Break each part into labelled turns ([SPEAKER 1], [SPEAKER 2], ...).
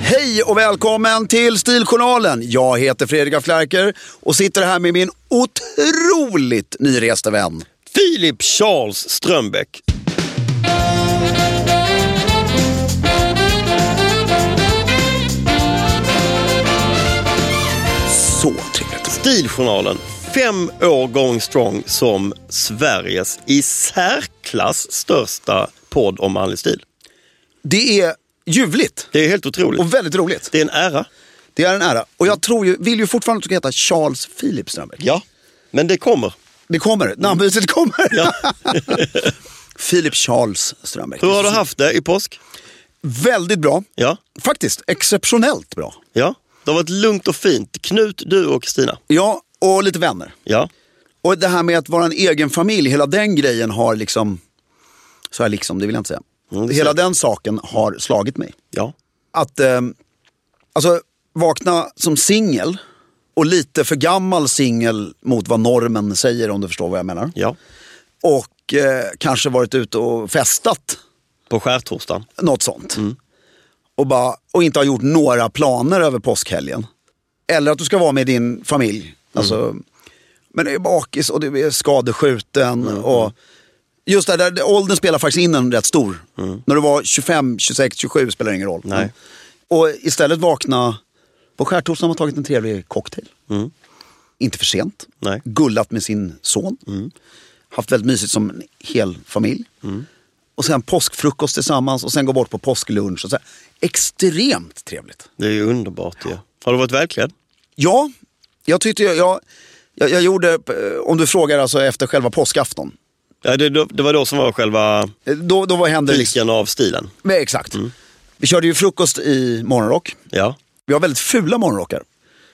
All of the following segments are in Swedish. [SPEAKER 1] Hej och välkommen till Stiljournalen. Jag heter Fredrik af Flerker och sitter här med min otroligt nyresta vän.
[SPEAKER 2] Filip Charles Strömbäck.
[SPEAKER 1] Så trevligt.
[SPEAKER 2] Stiljournalen, fem år gång strong som Sveriges i särklass största podd om manlig stil.
[SPEAKER 1] Det är ljuvligt
[SPEAKER 2] Det är helt otroligt.
[SPEAKER 1] och väldigt roligt.
[SPEAKER 2] Det är en ära.
[SPEAKER 1] Det är en ära. Och jag tror ju, vill ju fortfarande att du ska heta Charles Philip Strömbäck.
[SPEAKER 2] Ja, men det kommer.
[SPEAKER 1] Det kommer, namnbytet kommer.
[SPEAKER 2] Ja.
[SPEAKER 1] Philip Charles Strömbäck.
[SPEAKER 2] Hur har du haft det i påsk?
[SPEAKER 1] Väldigt bra.
[SPEAKER 2] Ja,
[SPEAKER 1] Faktiskt exceptionellt bra.
[SPEAKER 2] ja. Det har varit lugnt och fint. Knut, du och Kristina.
[SPEAKER 1] Ja, och lite vänner.
[SPEAKER 2] Ja.
[SPEAKER 1] Och det här med att vara en egen familj, hela den grejen har liksom, så här liksom, det vill jag inte säga.
[SPEAKER 2] Mm, det ser
[SPEAKER 1] hela
[SPEAKER 2] jag.
[SPEAKER 1] den saken har slagit mig.
[SPEAKER 2] ja.
[SPEAKER 1] Att, eh, alltså vakna som singel och lite för gammal singel mot vad normen säger om du förstår vad jag menar.
[SPEAKER 2] Ja.
[SPEAKER 1] Och eh, kanske varit ute och festat,
[SPEAKER 2] På skärtorsdagen.
[SPEAKER 1] något sånt. Och, bara, och inte har gjort några planer över påskhelgen. Eller att du ska vara med din familj. Alltså, men du är bakis och du är skadeskjuten. Och just det där, det- åldern spelar faktiskt in en rätt stor. När du var 25, 26, 27 spelar det ingen roll. Mm.
[SPEAKER 2] Nej.
[SPEAKER 1] Och istället vakna på skärtorsdagen har tagit en trevlig cocktail. Inte för sent.
[SPEAKER 2] Nej.
[SPEAKER 1] Gullat med sin son. Haft väldigt mysigt som en hel familj. Och sen påskfrukost tillsammans och sen gå bort på påsklunch. Och så här. Extremt trevligt.
[SPEAKER 2] Det är ju underbart ju. Har du varit välklädd?
[SPEAKER 1] Ja, jag tyckte jag, jag, jag, jag gjorde, eh, om du frågar alltså efter själva påskafton.
[SPEAKER 2] Ja, det, det var då som var själva
[SPEAKER 1] Eh, Då, då vad hände liksom?
[SPEAKER 2] piken av stilen.
[SPEAKER 1] Nej, exakt. Vi körde ju frukost i morgonrock.
[SPEAKER 2] Ja.
[SPEAKER 1] Vi har väldigt fula morgonrockar.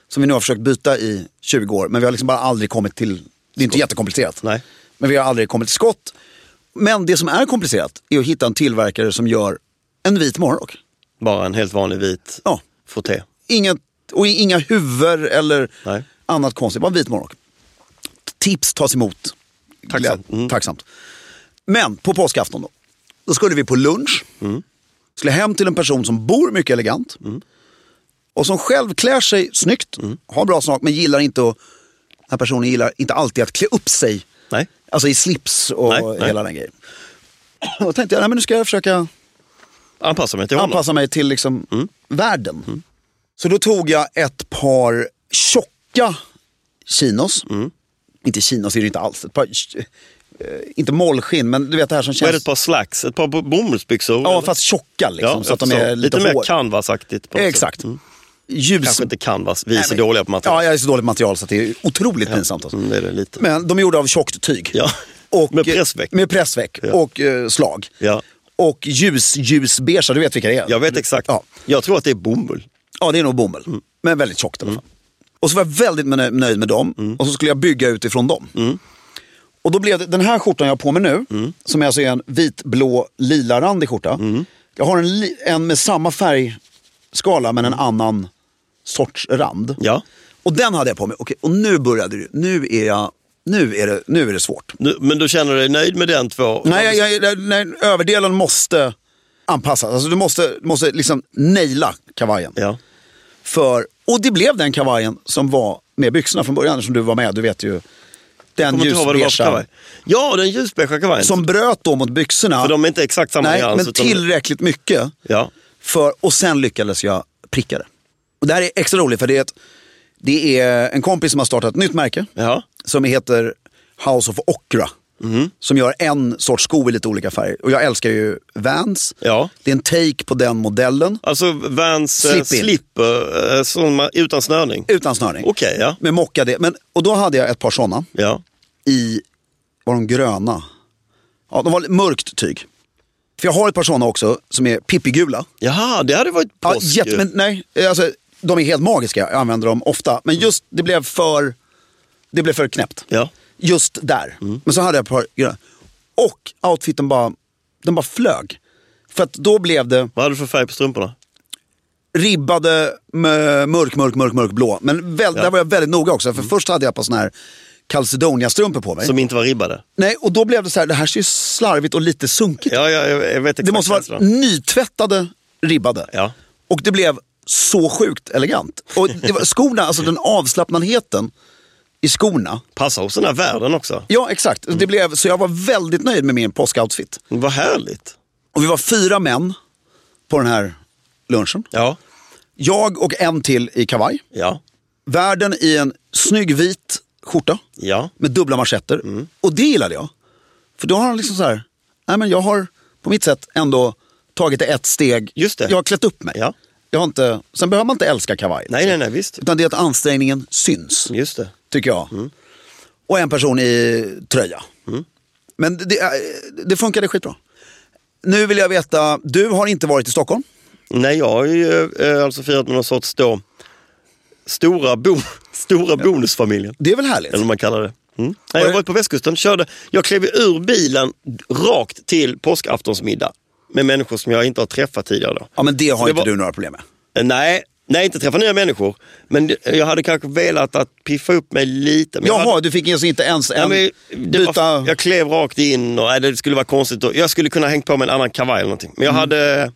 [SPEAKER 1] Som vi nu har försökt byta i 20 år. Men vi har liksom bara aldrig kommit till... Det är inte jättekomplicerat.
[SPEAKER 2] Nej.
[SPEAKER 1] Men vi har aldrig kommit till skott. Men det som är komplicerat är att hitta en tillverkare som gör en vit morgonrock.
[SPEAKER 2] Bara en helt vanlig vit
[SPEAKER 1] Ja.
[SPEAKER 2] frotté.
[SPEAKER 1] Inget, och inga huvor eller
[SPEAKER 2] Nej.
[SPEAKER 1] annat konstigt. Bara en vit morgonrock. Tips tas emot.
[SPEAKER 2] Tacksamt.
[SPEAKER 1] Glä-
[SPEAKER 2] Mm.
[SPEAKER 1] Tacksamt. Men på påskafton då. Då skulle vi på lunch.
[SPEAKER 2] Mm.
[SPEAKER 1] Skulle hem till en person som bor mycket elegant. Och som själv klär sig snyggt.
[SPEAKER 2] Mm.
[SPEAKER 1] Har bra smak men gillar inte att... Den här personen gillar inte alltid att klä upp sig.
[SPEAKER 2] Nej.
[SPEAKER 1] Alltså i slips och
[SPEAKER 2] Nej, nej.
[SPEAKER 1] hela den grejen. Och då tänkte jag, nej men nu ska jag försöka
[SPEAKER 2] Anpassa mig till honom.
[SPEAKER 1] anpassa mig till liksom
[SPEAKER 2] Mm.
[SPEAKER 1] världen. Så då tog jag ett par tjocka chinos.
[SPEAKER 2] Mm.
[SPEAKER 1] Inte chinos är det inte alls. Ett par, eh, inte mollskinn, men du vet det här som
[SPEAKER 2] Vad är det,
[SPEAKER 1] känns...
[SPEAKER 2] ett par slacks? Ett par bo- bomullsbyxor?
[SPEAKER 1] ja,
[SPEAKER 2] eller?
[SPEAKER 1] fast tjocka liksom.
[SPEAKER 2] Ja,
[SPEAKER 1] så att de
[SPEAKER 2] jag
[SPEAKER 1] är
[SPEAKER 2] förstår.
[SPEAKER 1] lite,
[SPEAKER 2] mer
[SPEAKER 1] hår.
[SPEAKER 2] canvasaktigt. på något sätt.
[SPEAKER 1] Exakt.
[SPEAKER 2] Mm.
[SPEAKER 1] Ljus...
[SPEAKER 2] Kanske inte canvas, vi är så
[SPEAKER 1] Nej, men-
[SPEAKER 2] dåliga på
[SPEAKER 1] Ja,
[SPEAKER 2] material.
[SPEAKER 1] jag är så dåligt material så att det är otroligt pinsamt. Alltså.
[SPEAKER 2] Mm, det är det lite.
[SPEAKER 1] Men de är gjorda av tjockt tyg.
[SPEAKER 2] Ja.
[SPEAKER 1] Och,
[SPEAKER 2] Med pressväck.
[SPEAKER 1] Med pressväck och eh, slag.
[SPEAKER 2] Ja.
[SPEAKER 1] Och ljus, ljusbeiga, du vet vilka det är?
[SPEAKER 2] Jag vet exakt.
[SPEAKER 1] Ja.
[SPEAKER 2] Jag tror att det är bomull.
[SPEAKER 1] Ja, det är nog bomull. Men väldigt tjockt i alla fall. Och så var jag väldigt menö- nöjd med dem. Och så skulle jag bygga utifrån dem. Och då blev det, den här skjortan jag har på mig nu, som alltså är en vitblå lila randig skjorta. Jag har en, li- en med samma färgskala men en annan sorts rand.
[SPEAKER 2] Ja.
[SPEAKER 1] Och den hade jag på mig. Okej, och nu började det. Nu är jag, nu är det, nu är det svårt.
[SPEAKER 2] Nu, men du känner dig nöjd med den två?
[SPEAKER 1] Nej, jag, jag, nej, överdelen måste anpassas. Alltså du måste, du måste liksom naila kavajen.
[SPEAKER 2] Ja.
[SPEAKER 1] För, och det blev den kavajen som var med byxorna från början som du var med. Du vet ju. Den
[SPEAKER 2] Kommer inte ihåg vad det var för
[SPEAKER 1] ljusbeiga.
[SPEAKER 2] kavaj. Ja, den ljusbeiga kavajen.
[SPEAKER 1] Som bröt då mot byxorna.
[SPEAKER 2] För de är inte exakt samma
[SPEAKER 1] Nej,
[SPEAKER 2] nyans.
[SPEAKER 1] men
[SPEAKER 2] utan-
[SPEAKER 1] tillräckligt mycket.
[SPEAKER 2] Ja.
[SPEAKER 1] För, och sen lyckades jag pricka det. Och det här är extra roligt för det är, ett, det är en kompis som har startat ett nytt märke.
[SPEAKER 2] Ja.
[SPEAKER 1] Som heter House of Okra.
[SPEAKER 2] Mm.
[SPEAKER 1] Som gör en sorts sko i lite olika färger. Och jag älskar ju Vans.
[SPEAKER 2] Ja.
[SPEAKER 1] Det är en take på den modellen.
[SPEAKER 2] Alltså Vans eh,
[SPEAKER 1] Slip in.
[SPEAKER 2] slipper eh, som man- utan snörning.
[SPEAKER 1] Utan snörning.
[SPEAKER 2] Okej, ja.
[SPEAKER 1] Med mockade. Men, och då hade jag ett par sådana.
[SPEAKER 2] ja.
[SPEAKER 1] i, var de gröna? Ja, de var li- mörkt tyg. För jag har ett par sådana också som är pippigula.
[SPEAKER 2] Jaha, det hade varit
[SPEAKER 1] Ja,
[SPEAKER 2] påsk.
[SPEAKER 1] jätte, men, nej, alltså, de är helt magiska, jag använder dem ofta. Men just det blev för, det blev för knäppt.
[SPEAKER 2] Ja.
[SPEAKER 1] Just där.
[SPEAKER 2] Mm.
[SPEAKER 1] Men så hade jag ett par gröna. Och outfiten bara, den bara flög. För att då blev det
[SPEAKER 2] Vad hade du för färg på strumporna?
[SPEAKER 1] ribbade, mö- mörk, mörk, mörk, mörk blå. Men väl, där var jag väldigt noga också. För först hade jag ett par sådana här Calcedonia-strumpor på mig.
[SPEAKER 2] Mm. Som inte var ribbade?
[SPEAKER 1] Nej, och då blev det så här, det här ser ju slarvigt och lite sunkigt
[SPEAKER 2] Ja, ja jag, jag vet exakt
[SPEAKER 1] Det måste vara
[SPEAKER 2] känslan.
[SPEAKER 1] nytvättade ribbade.
[SPEAKER 2] Ja.
[SPEAKER 1] Och det blev så sjukt elegant. Och det var, skorna, alltså den avslappnadheten i skorna.
[SPEAKER 2] Passa hos den här världen också.
[SPEAKER 1] Ja, exakt.
[SPEAKER 2] Mm.
[SPEAKER 1] Det blev, så jag var väldigt nöjd med min påskoutfit.
[SPEAKER 2] Vad härligt.
[SPEAKER 1] Och vi var fyra män på den här lunchen.
[SPEAKER 2] Ja.
[SPEAKER 1] Jag och en till i kavaj.
[SPEAKER 2] Ja.
[SPEAKER 1] Värden i en snygg vit skjorta
[SPEAKER 2] Ja.
[SPEAKER 1] med dubbla manschetter.
[SPEAKER 2] Mm.
[SPEAKER 1] Och det gillade jag. För då har han liksom så här, nej men jag har på mitt sätt ändå tagit det ett steg.
[SPEAKER 2] Just det.
[SPEAKER 1] Jag har klätt upp mig.
[SPEAKER 2] Ja.
[SPEAKER 1] Jag har inte, sen behöver man inte älska kavaj.
[SPEAKER 2] Nej, nej, nej, visst.
[SPEAKER 1] Utan det är att ansträngningen syns,
[SPEAKER 2] Just det.
[SPEAKER 1] tycker jag.
[SPEAKER 2] Mm.
[SPEAKER 1] Och en person i tröja. Men det, eh, det funkade skitbra. Nu vill jag veta, du har inte varit i Stockholm.
[SPEAKER 2] Nej, jag har ju eh, alltså firat med någon sorts då, stora, bo, stora bonusfamiljen.
[SPEAKER 1] Det är väl härligt?
[SPEAKER 2] Eller vad man kallar det. Mm. Nej, jag
[SPEAKER 1] det-
[SPEAKER 2] var på västkusten, körde, jag klev ur bilen rakt till påskaftonsmiddag med människor som jag inte har träffat tidigare. Då.
[SPEAKER 1] Ja, men det har
[SPEAKER 2] Det
[SPEAKER 1] inte
[SPEAKER 2] var-
[SPEAKER 1] du några problem med.
[SPEAKER 2] Eh, Nej, nej, inte träffa nya människor. Men det- jag hade kanske velat att piffa upp mig lite. Men jag
[SPEAKER 1] Jaha,
[SPEAKER 2] hade,
[SPEAKER 1] du fick alltså inte ens en...
[SPEAKER 2] nej, men det
[SPEAKER 1] byta...
[SPEAKER 2] var, jag klev rakt in och nej, det skulle vara konstigt. Och, jag skulle kunna hängt på mig en annan kavaj eller någonting. Men
[SPEAKER 1] Mm.
[SPEAKER 2] jag hade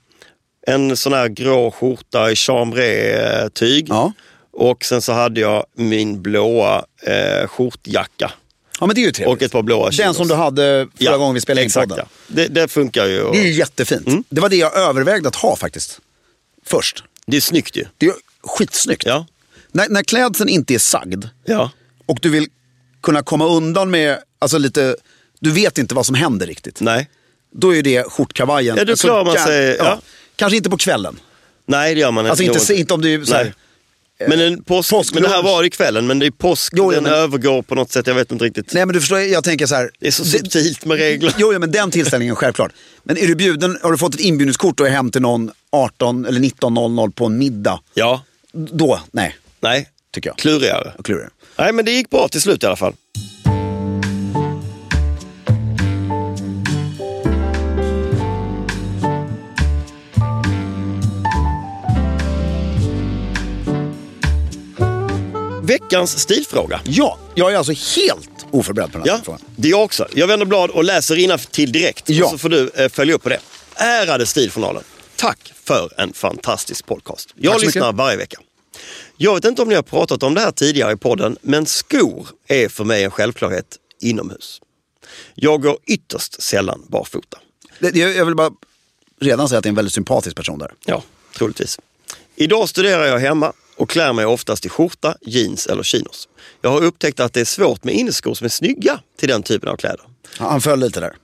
[SPEAKER 2] en sån här grå skjorta i chambray-tyg.
[SPEAKER 1] Ja.
[SPEAKER 2] Och sen så hade jag min blåa eh, skjortjacka.
[SPEAKER 1] ja, men det är ju trevligt.
[SPEAKER 2] Och ett par blåa
[SPEAKER 1] Den
[SPEAKER 2] chinos.
[SPEAKER 1] som du hade förra gången vi spelade in
[SPEAKER 2] exakt, Mm.
[SPEAKER 1] podden.
[SPEAKER 2] Ja. Det, det funkar ju. Och,
[SPEAKER 1] Det är ju jättefint. Det var det jag övervägde att ha faktiskt. Först.
[SPEAKER 2] det är snyggt ju.
[SPEAKER 1] Det är skitsnyggt.
[SPEAKER 2] Ja.
[SPEAKER 1] När, när klädseln inte är sagd
[SPEAKER 2] Ja.
[SPEAKER 1] och du vill kunna komma undan med, alltså lite, du vet inte vad som händer riktigt.
[SPEAKER 2] Nej.
[SPEAKER 1] Då är ju det skjortkavajen.
[SPEAKER 2] Ja, då
[SPEAKER 1] Alltså,
[SPEAKER 2] klarar man
[SPEAKER 1] jä-
[SPEAKER 2] sig, ja.
[SPEAKER 1] Kanske inte på kvällen.
[SPEAKER 2] Nej, det gör man
[SPEAKER 1] Alltså
[SPEAKER 2] inte.
[SPEAKER 1] inte,
[SPEAKER 2] nog.
[SPEAKER 1] se- inte om du är så här, eh,
[SPEAKER 2] Nej. Men, en påsk,
[SPEAKER 1] Påsklunch.
[SPEAKER 2] men det här var i kvällen, men det är påsk,
[SPEAKER 1] Jo, ja,
[SPEAKER 2] den
[SPEAKER 1] men-
[SPEAKER 2] övergår på något sätt, jag vet inte riktigt.
[SPEAKER 1] Nej men du förstår, jag tänker så här.
[SPEAKER 2] Det är så subtilt med regler.
[SPEAKER 1] Jo, ja, men den tillställningen självklart. Men är du bjuden, har du fått ett inbjudningskort och är hem till någon 18 eller 19.00 på en middag.
[SPEAKER 2] Ja,
[SPEAKER 1] Då, nej,
[SPEAKER 2] nej,
[SPEAKER 1] tycker jag.
[SPEAKER 2] klurigare.
[SPEAKER 1] Och klurig.
[SPEAKER 2] Nej, men det gick bra till slut i alla fall. Veckans stilfråga.
[SPEAKER 1] Ja, jag är alltså helt oförberedd på den här
[SPEAKER 2] Ja,
[SPEAKER 1] frågan.
[SPEAKER 2] det är jag också. Jag vänder blad och läser till direkt.
[SPEAKER 1] Ja.
[SPEAKER 2] Och så får du eh, följa upp på det. Ärade Stiljournalen, tack för en fantastisk podcast. Jag
[SPEAKER 1] Tack så
[SPEAKER 2] lyssnar
[SPEAKER 1] mycket.
[SPEAKER 2] varje vecka. Jag vet inte om ni har pratat om det här tidigare i podden, men skor är för mig en självklarhet inomhus. Jag går ytterst sällan barfota.
[SPEAKER 1] Det- det- Jag vill bara redan säga att det är en väldigt sympatisk person där.
[SPEAKER 2] Ja, troligtvis. Idag studerar jag hemma och klär mig oftast i skjorta, jeans eller chinos. Jag har upptäckt att det är svårt med inneskor som är snygga till den typen av kläder.
[SPEAKER 1] Han han föll lite där.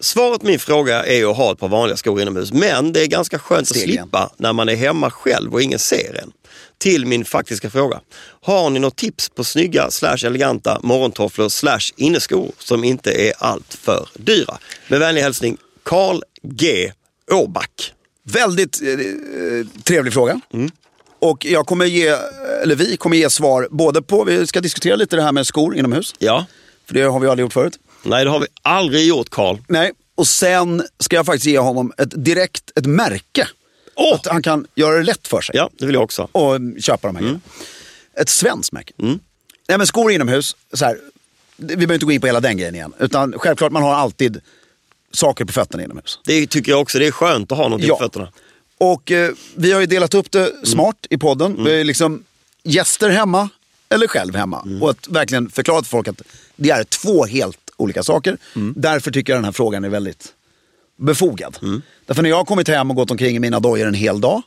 [SPEAKER 2] Svaret på min fråga är ju att ha ett par vanliga skor inomhus, men det är ganska skönt att
[SPEAKER 1] Steg igen.
[SPEAKER 2] slippa när man är hemma själv och ingen ser en. Till min faktiska fråga. Har ni något tips på snygga slash eleganta morgontofflor slash inneskor som inte är allt för dyra? Med vänlig hälsning Carl G Åback.
[SPEAKER 1] Väldigt eh, eh, trevlig fråga.
[SPEAKER 2] Mm.
[SPEAKER 1] Och jag kommer ge, eller vi kommer ge svar både på, vi ska diskutera lite det här med skor inomhus.
[SPEAKER 2] Ja,
[SPEAKER 1] För det har vi aldrig gjort förut.
[SPEAKER 2] nej det har vi aldrig gjort Carl.
[SPEAKER 1] Nej, och sen ska jag faktiskt ge honom ett direkt, ett märke.
[SPEAKER 2] Åh!
[SPEAKER 1] Att han kan göra det lätt för sig.
[SPEAKER 2] Ja, det vill jag också.
[SPEAKER 1] och köpa de här grejerna. Ett svenskt märke. Nej men skor inomhus, så här, vi behöver inte gå in på hela den grejen igen. Utan självklart, man har alltid saker på fötterna inomhus.
[SPEAKER 2] Det tycker jag också. Det är skönt att ha någonting på fötterna.
[SPEAKER 1] Och eh, vi har ju delat upp det smart i podden. Vi har ju liksom gäster hemma eller själv hemma. Och att verkligen förklara för folk att det är två helt olika saker. Därför tycker jag den här frågan är väldigt befogad. Därför när jag har kommit hem och gått omkring i mina dojor en hel dag.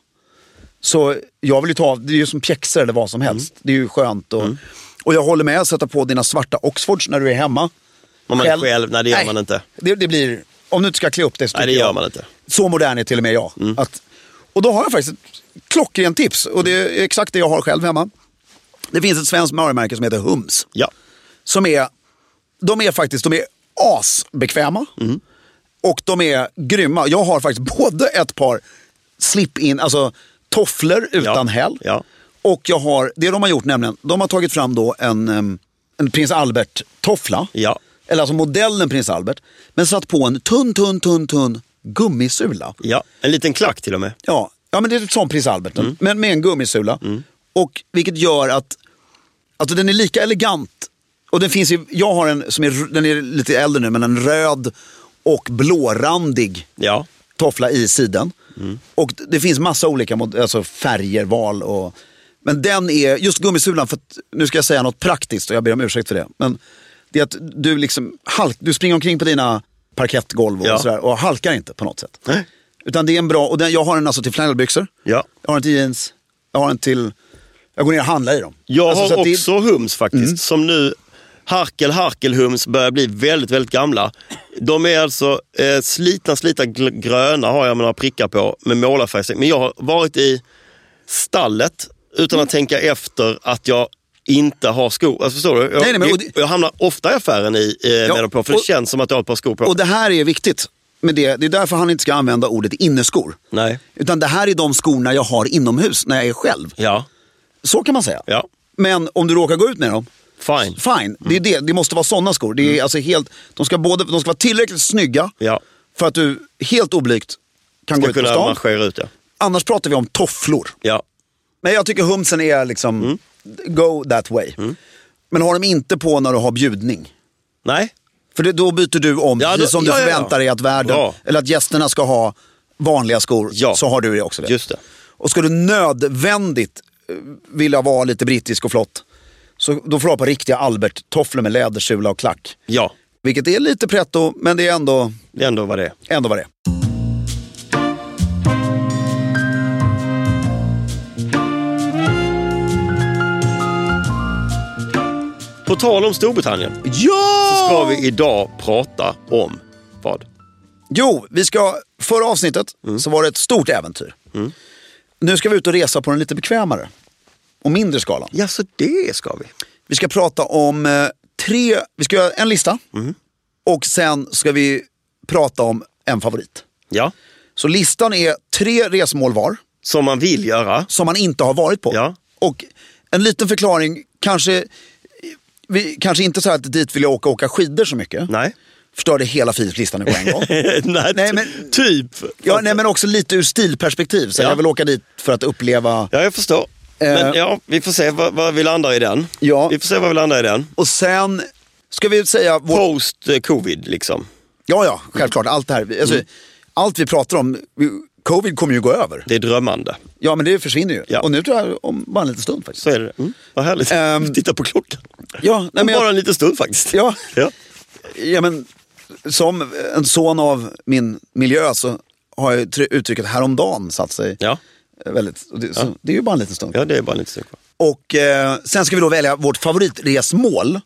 [SPEAKER 1] Så jag vill ju ta av, det är ju som pjäxor eller vad som helst. Det är ju skönt. Och, och jag håller med, sätta på dina svarta Oxfords när du är hemma.
[SPEAKER 2] Om man är själv, nej det gör man inte.
[SPEAKER 1] Det, det blir, om du inte ska klä upp dig så
[SPEAKER 2] Nej, det
[SPEAKER 1] tycker
[SPEAKER 2] gör
[SPEAKER 1] jag-
[SPEAKER 2] man inte. Mm.
[SPEAKER 1] Så modern är till och med jag. Att, och då har jag faktiskt ett klockrent tips. Och det är exakt det jag har själv hemma. Det finns ett svenskt varumärke som heter Hums.
[SPEAKER 2] Ja.
[SPEAKER 1] Som är, de är faktiskt, de är asbekväma. Och de är grymma. Jag har faktiskt både ett par slip-in, alltså tofflor utan
[SPEAKER 2] Ja,
[SPEAKER 1] häl.
[SPEAKER 2] ja.
[SPEAKER 1] Och jag har, det de har gjort nämligen, de har tagit fram då en, em, en prins Albert-toffla.
[SPEAKER 2] Ja.
[SPEAKER 1] Eller alltså modellen prins Albert. Men satt på en tunn, tunn, tunn, tunn gummisula.
[SPEAKER 2] ja, en liten klack till och med.
[SPEAKER 1] Ja, ja men det är som prins Albert, men med en gummisula. Och vilket gör att alltså, den är lika elegant. Och den finns ju, jag har en som är, den är lite äldre nu, men en röd och blårandig
[SPEAKER 2] Ja,
[SPEAKER 1] toffla i sidan.
[SPEAKER 2] Mm.
[SPEAKER 1] Och det finns massa olika mod- alltså färger, val och... Men den är, just gummisulan, för att, nu ska jag säga något praktiskt och jag ber om ursäkt för det. Men det är att du liksom halk, du springer omkring på dina parkettgolv och
[SPEAKER 2] Ja.
[SPEAKER 1] sådär och halkar inte på något sätt.
[SPEAKER 2] Nej.
[SPEAKER 1] Utan det är en bra, och den, jag har den alltså till flanellbyxor,
[SPEAKER 2] Ja.
[SPEAKER 1] jag har den till jeans, jag har den till, jag går ner och handlar i dem.
[SPEAKER 2] jag
[SPEAKER 1] Alltså, så att
[SPEAKER 2] har
[SPEAKER 1] det är- Mm.
[SPEAKER 2] också hums faktiskt. Som nu, harkel, harkelhums börjar bli väldigt, väldigt gamla. De är alltså eh, slitna, slitna gl- gröna har jag med några prickar på med målarfärg. Men jag har varit i stallet utan
[SPEAKER 1] Mm.
[SPEAKER 2] att tänka efter att jag inte har skor. Alltså, förstår du? Jag,
[SPEAKER 1] Nej, nej, men- och
[SPEAKER 2] jag,
[SPEAKER 1] det-
[SPEAKER 2] jag hamnar ofta i affären i, eh, med dem på, för det
[SPEAKER 1] och-
[SPEAKER 2] känns som att jag har ett par skor på.
[SPEAKER 1] Och det här är viktigt. Men det, det är därför han inte ska använda ordet inneskor.
[SPEAKER 2] Nej.
[SPEAKER 1] Utan det här är de skorna jag har inomhus när jag är själv.
[SPEAKER 2] Ja,
[SPEAKER 1] Så kan man säga.
[SPEAKER 2] ja,
[SPEAKER 1] Men om du råkar gå ut med dem,
[SPEAKER 2] fine. Mm.
[SPEAKER 1] fine. Det, är det. det måste vara sådana skor. Det är alltså helt, de, ska både, de ska vara tillräckligt snygga
[SPEAKER 2] Ja.
[SPEAKER 1] för att du helt oblygt kan gå
[SPEAKER 2] Ska
[SPEAKER 1] ut på
[SPEAKER 2] kunna
[SPEAKER 1] stan.
[SPEAKER 2] marschera ut ja.
[SPEAKER 1] Annars pratar vi om tofflor.
[SPEAKER 2] ja.
[SPEAKER 1] Men jag tycker humsen är liksom,
[SPEAKER 2] Mm.
[SPEAKER 1] go that way. Men ha dem inte på när du har bjudning.
[SPEAKER 2] Nej,
[SPEAKER 1] För det, då byter du om,
[SPEAKER 2] Ja,
[SPEAKER 1] precis
[SPEAKER 2] då-
[SPEAKER 1] som du
[SPEAKER 2] ja, ja, ja.
[SPEAKER 1] förväntar dig att värden,
[SPEAKER 2] Bra.
[SPEAKER 1] eller att gästerna ska ha vanliga skor,
[SPEAKER 2] Ja.
[SPEAKER 1] så har du det också. Det.
[SPEAKER 2] Just det.
[SPEAKER 1] Och ska du nödvändigt eh, vilja vara lite brittisk och flott, så då får du ha på riktiga Albert-tofflor med lädersula och klack.
[SPEAKER 2] ja.
[SPEAKER 1] Vilket är lite pretto, men det är ändå,
[SPEAKER 2] Det är ändå vad det är.
[SPEAKER 1] ändå vad det är.
[SPEAKER 2] På tal om Storbritannien
[SPEAKER 1] Ja!
[SPEAKER 2] ska vi idag prata om vad?
[SPEAKER 1] Jo, vi ska, förra avsnittet så var det ett stort äventyr. Nu ska vi ut och resa på den lite bekvämare och mindre skalan.
[SPEAKER 2] Ja, så det ska vi.
[SPEAKER 1] Vi ska prata om eh, tre, vi ska göra en lista och sen ska vi prata om en favorit.
[SPEAKER 2] Ja,
[SPEAKER 1] Så listan är tre resmål var
[SPEAKER 2] som man vill göra.
[SPEAKER 1] som man inte har varit på.
[SPEAKER 2] Ja.
[SPEAKER 1] Och en liten förklaring, kanske, vi, kanske inte så här att dit vill jag åka, åka skidor så mycket.
[SPEAKER 2] Nej.
[SPEAKER 1] Förstörde hela Philips lista nu på en gång.
[SPEAKER 2] nej,
[SPEAKER 1] Nej,
[SPEAKER 2] ty-
[SPEAKER 1] men-
[SPEAKER 2] typ.
[SPEAKER 1] Ja, nej, men också lite ur stilperspektiv. Så
[SPEAKER 2] Ja.
[SPEAKER 1] Jag vill åka dit för att uppleva.
[SPEAKER 2] ja jag förstår. Men ja, vi får se vad, vad vi landar i den.
[SPEAKER 1] Eh. Ja.
[SPEAKER 2] Vi får se vad vi landar i den.
[SPEAKER 1] Och sen ska vi säga... Vår...
[SPEAKER 2] Post eh, covid liksom.
[SPEAKER 1] Ja, ja, självklart. Allt det här. Alltså,
[SPEAKER 2] Mm.
[SPEAKER 1] Allt vi pratar om, vi- covid kommer ju gå över.
[SPEAKER 2] Det är drömmande.
[SPEAKER 1] Ja, men det försvinner ju.
[SPEAKER 2] Ja.
[SPEAKER 1] Och nu tror jag om bara en liten stund faktiskt.
[SPEAKER 2] Så är det. Mm. Vad härligt.
[SPEAKER 1] Ehm,
[SPEAKER 2] Titta på klockan.
[SPEAKER 1] Ja, nej, men
[SPEAKER 2] Bara
[SPEAKER 1] jag,
[SPEAKER 2] en liten stund faktiskt.
[SPEAKER 1] Ja.
[SPEAKER 2] ja.
[SPEAKER 1] ja, men som en son av min miljö så har ju try- uttrycket häromdagen satt sig.
[SPEAKER 2] Ja.
[SPEAKER 1] eh, Väldigt, och det, så, det är ju bara en liten stund.
[SPEAKER 2] ja, det är bara lite stycke kvar.
[SPEAKER 1] Och eh, sen ska vi då välja vårt favoritresmål.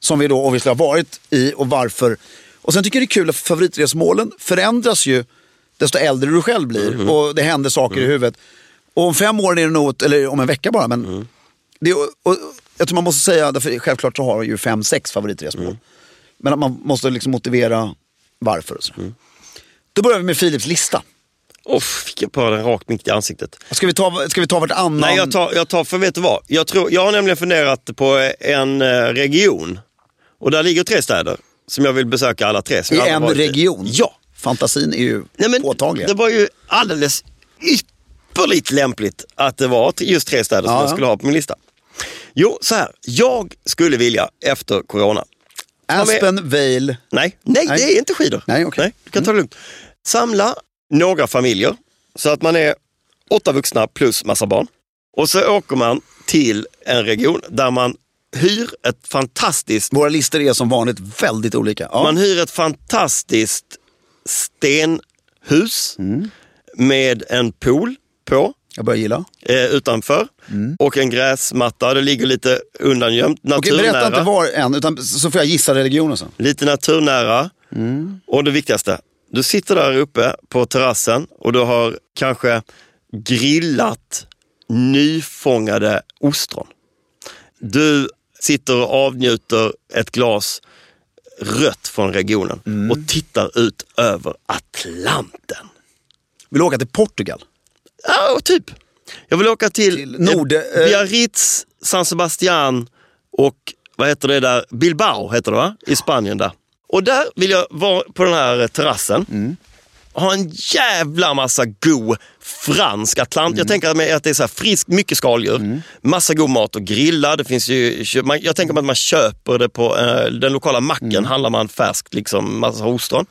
[SPEAKER 1] Som vi då obviously har varit i och varför. Och sen tycker jag det är kul att favoritresmålen förändras ju desto äldre du själv blir.
[SPEAKER 2] Mm.
[SPEAKER 1] Och det händer saker i huvudet. Och om fem år är det något, eller om en vecka bara. Men
[SPEAKER 2] Mm.
[SPEAKER 1] det, är- och, och, jag tror man måste säga, därför självklart så har jag ju fem, sex favoritresmål.
[SPEAKER 2] Mm.
[SPEAKER 1] Men att man måste liksom motivera varför. Och så.
[SPEAKER 2] Mm.
[SPEAKER 1] Då börjar vi med Philips lista.
[SPEAKER 2] Uff, fick jag på den rakt mitt i ansiktet.
[SPEAKER 1] Ska vi ta, ska vi ta vartannan?
[SPEAKER 2] Nej, jag tar, jag tar, för vet du vad? Jag, tror, jag har nämligen funderat på en eh, region. Och där ligger tre städer som jag vill besöka alla tre. som
[SPEAKER 1] I
[SPEAKER 2] jag aldrig
[SPEAKER 1] en
[SPEAKER 2] varit
[SPEAKER 1] region?
[SPEAKER 2] Ja.
[SPEAKER 1] Fantasin är ju
[SPEAKER 2] Nej, men
[SPEAKER 1] påtaglig.
[SPEAKER 2] Det var ju alldeles ypperligt lämpligt att det var just tre städer som
[SPEAKER 1] Ja,
[SPEAKER 2] jag
[SPEAKER 1] ja.
[SPEAKER 2] skulle ha på min lista. Jo, så här. Jag skulle vilja, efter corona,
[SPEAKER 1] Aspen, Vail.
[SPEAKER 2] Nej, nej,
[SPEAKER 1] Nej.
[SPEAKER 2] det är inte skidor.
[SPEAKER 1] Nej, okej. Mm.
[SPEAKER 2] du kan ta det lugnt. Samla några familjer så att man är åtta vuxna plus massa barn. Och så åker man till en region där man hyr ett fantastiskt,
[SPEAKER 1] Våra listor är som vanligt väldigt olika. Ja.
[SPEAKER 2] man hyr ett fantastiskt stenhus
[SPEAKER 1] Mm.
[SPEAKER 2] med en pool på
[SPEAKER 1] Jag börjar gilla.
[SPEAKER 2] eh, utanför och en gräsmatta. Det ligger lite undangömt,
[SPEAKER 1] Mm. Okej,
[SPEAKER 2] naturnära.
[SPEAKER 1] berätta inte var än, utan så får jag gissa religionen sen.
[SPEAKER 2] Lite naturnära. Och det viktigaste, du sitter där uppe på terrassen och du har kanske grillat nyfångade ostron. Du sitter och avnjuter ett glas rött från regionen och tittar ut över Atlanten.
[SPEAKER 1] Vill du åka till Portugal?
[SPEAKER 2] Ja, och typ. Jag vill åka till,
[SPEAKER 1] Till Nord-
[SPEAKER 2] eh,
[SPEAKER 1] eh,
[SPEAKER 2] Biarritz, San Sebastian och vad heter det där? Bilbao heter det va? I Spanien där. Och där vill jag vara på den här eh, terrassen. Ha en jävla massa god fransk atlant. Jag tänker mig att det är så här friskt, mycket skaldjur. Massa god mat och grilla. Det finns ju, kö- man- jag tänker mig att man köper det på eh, den lokala macken. Handlar man färskt, liksom, massa ostron.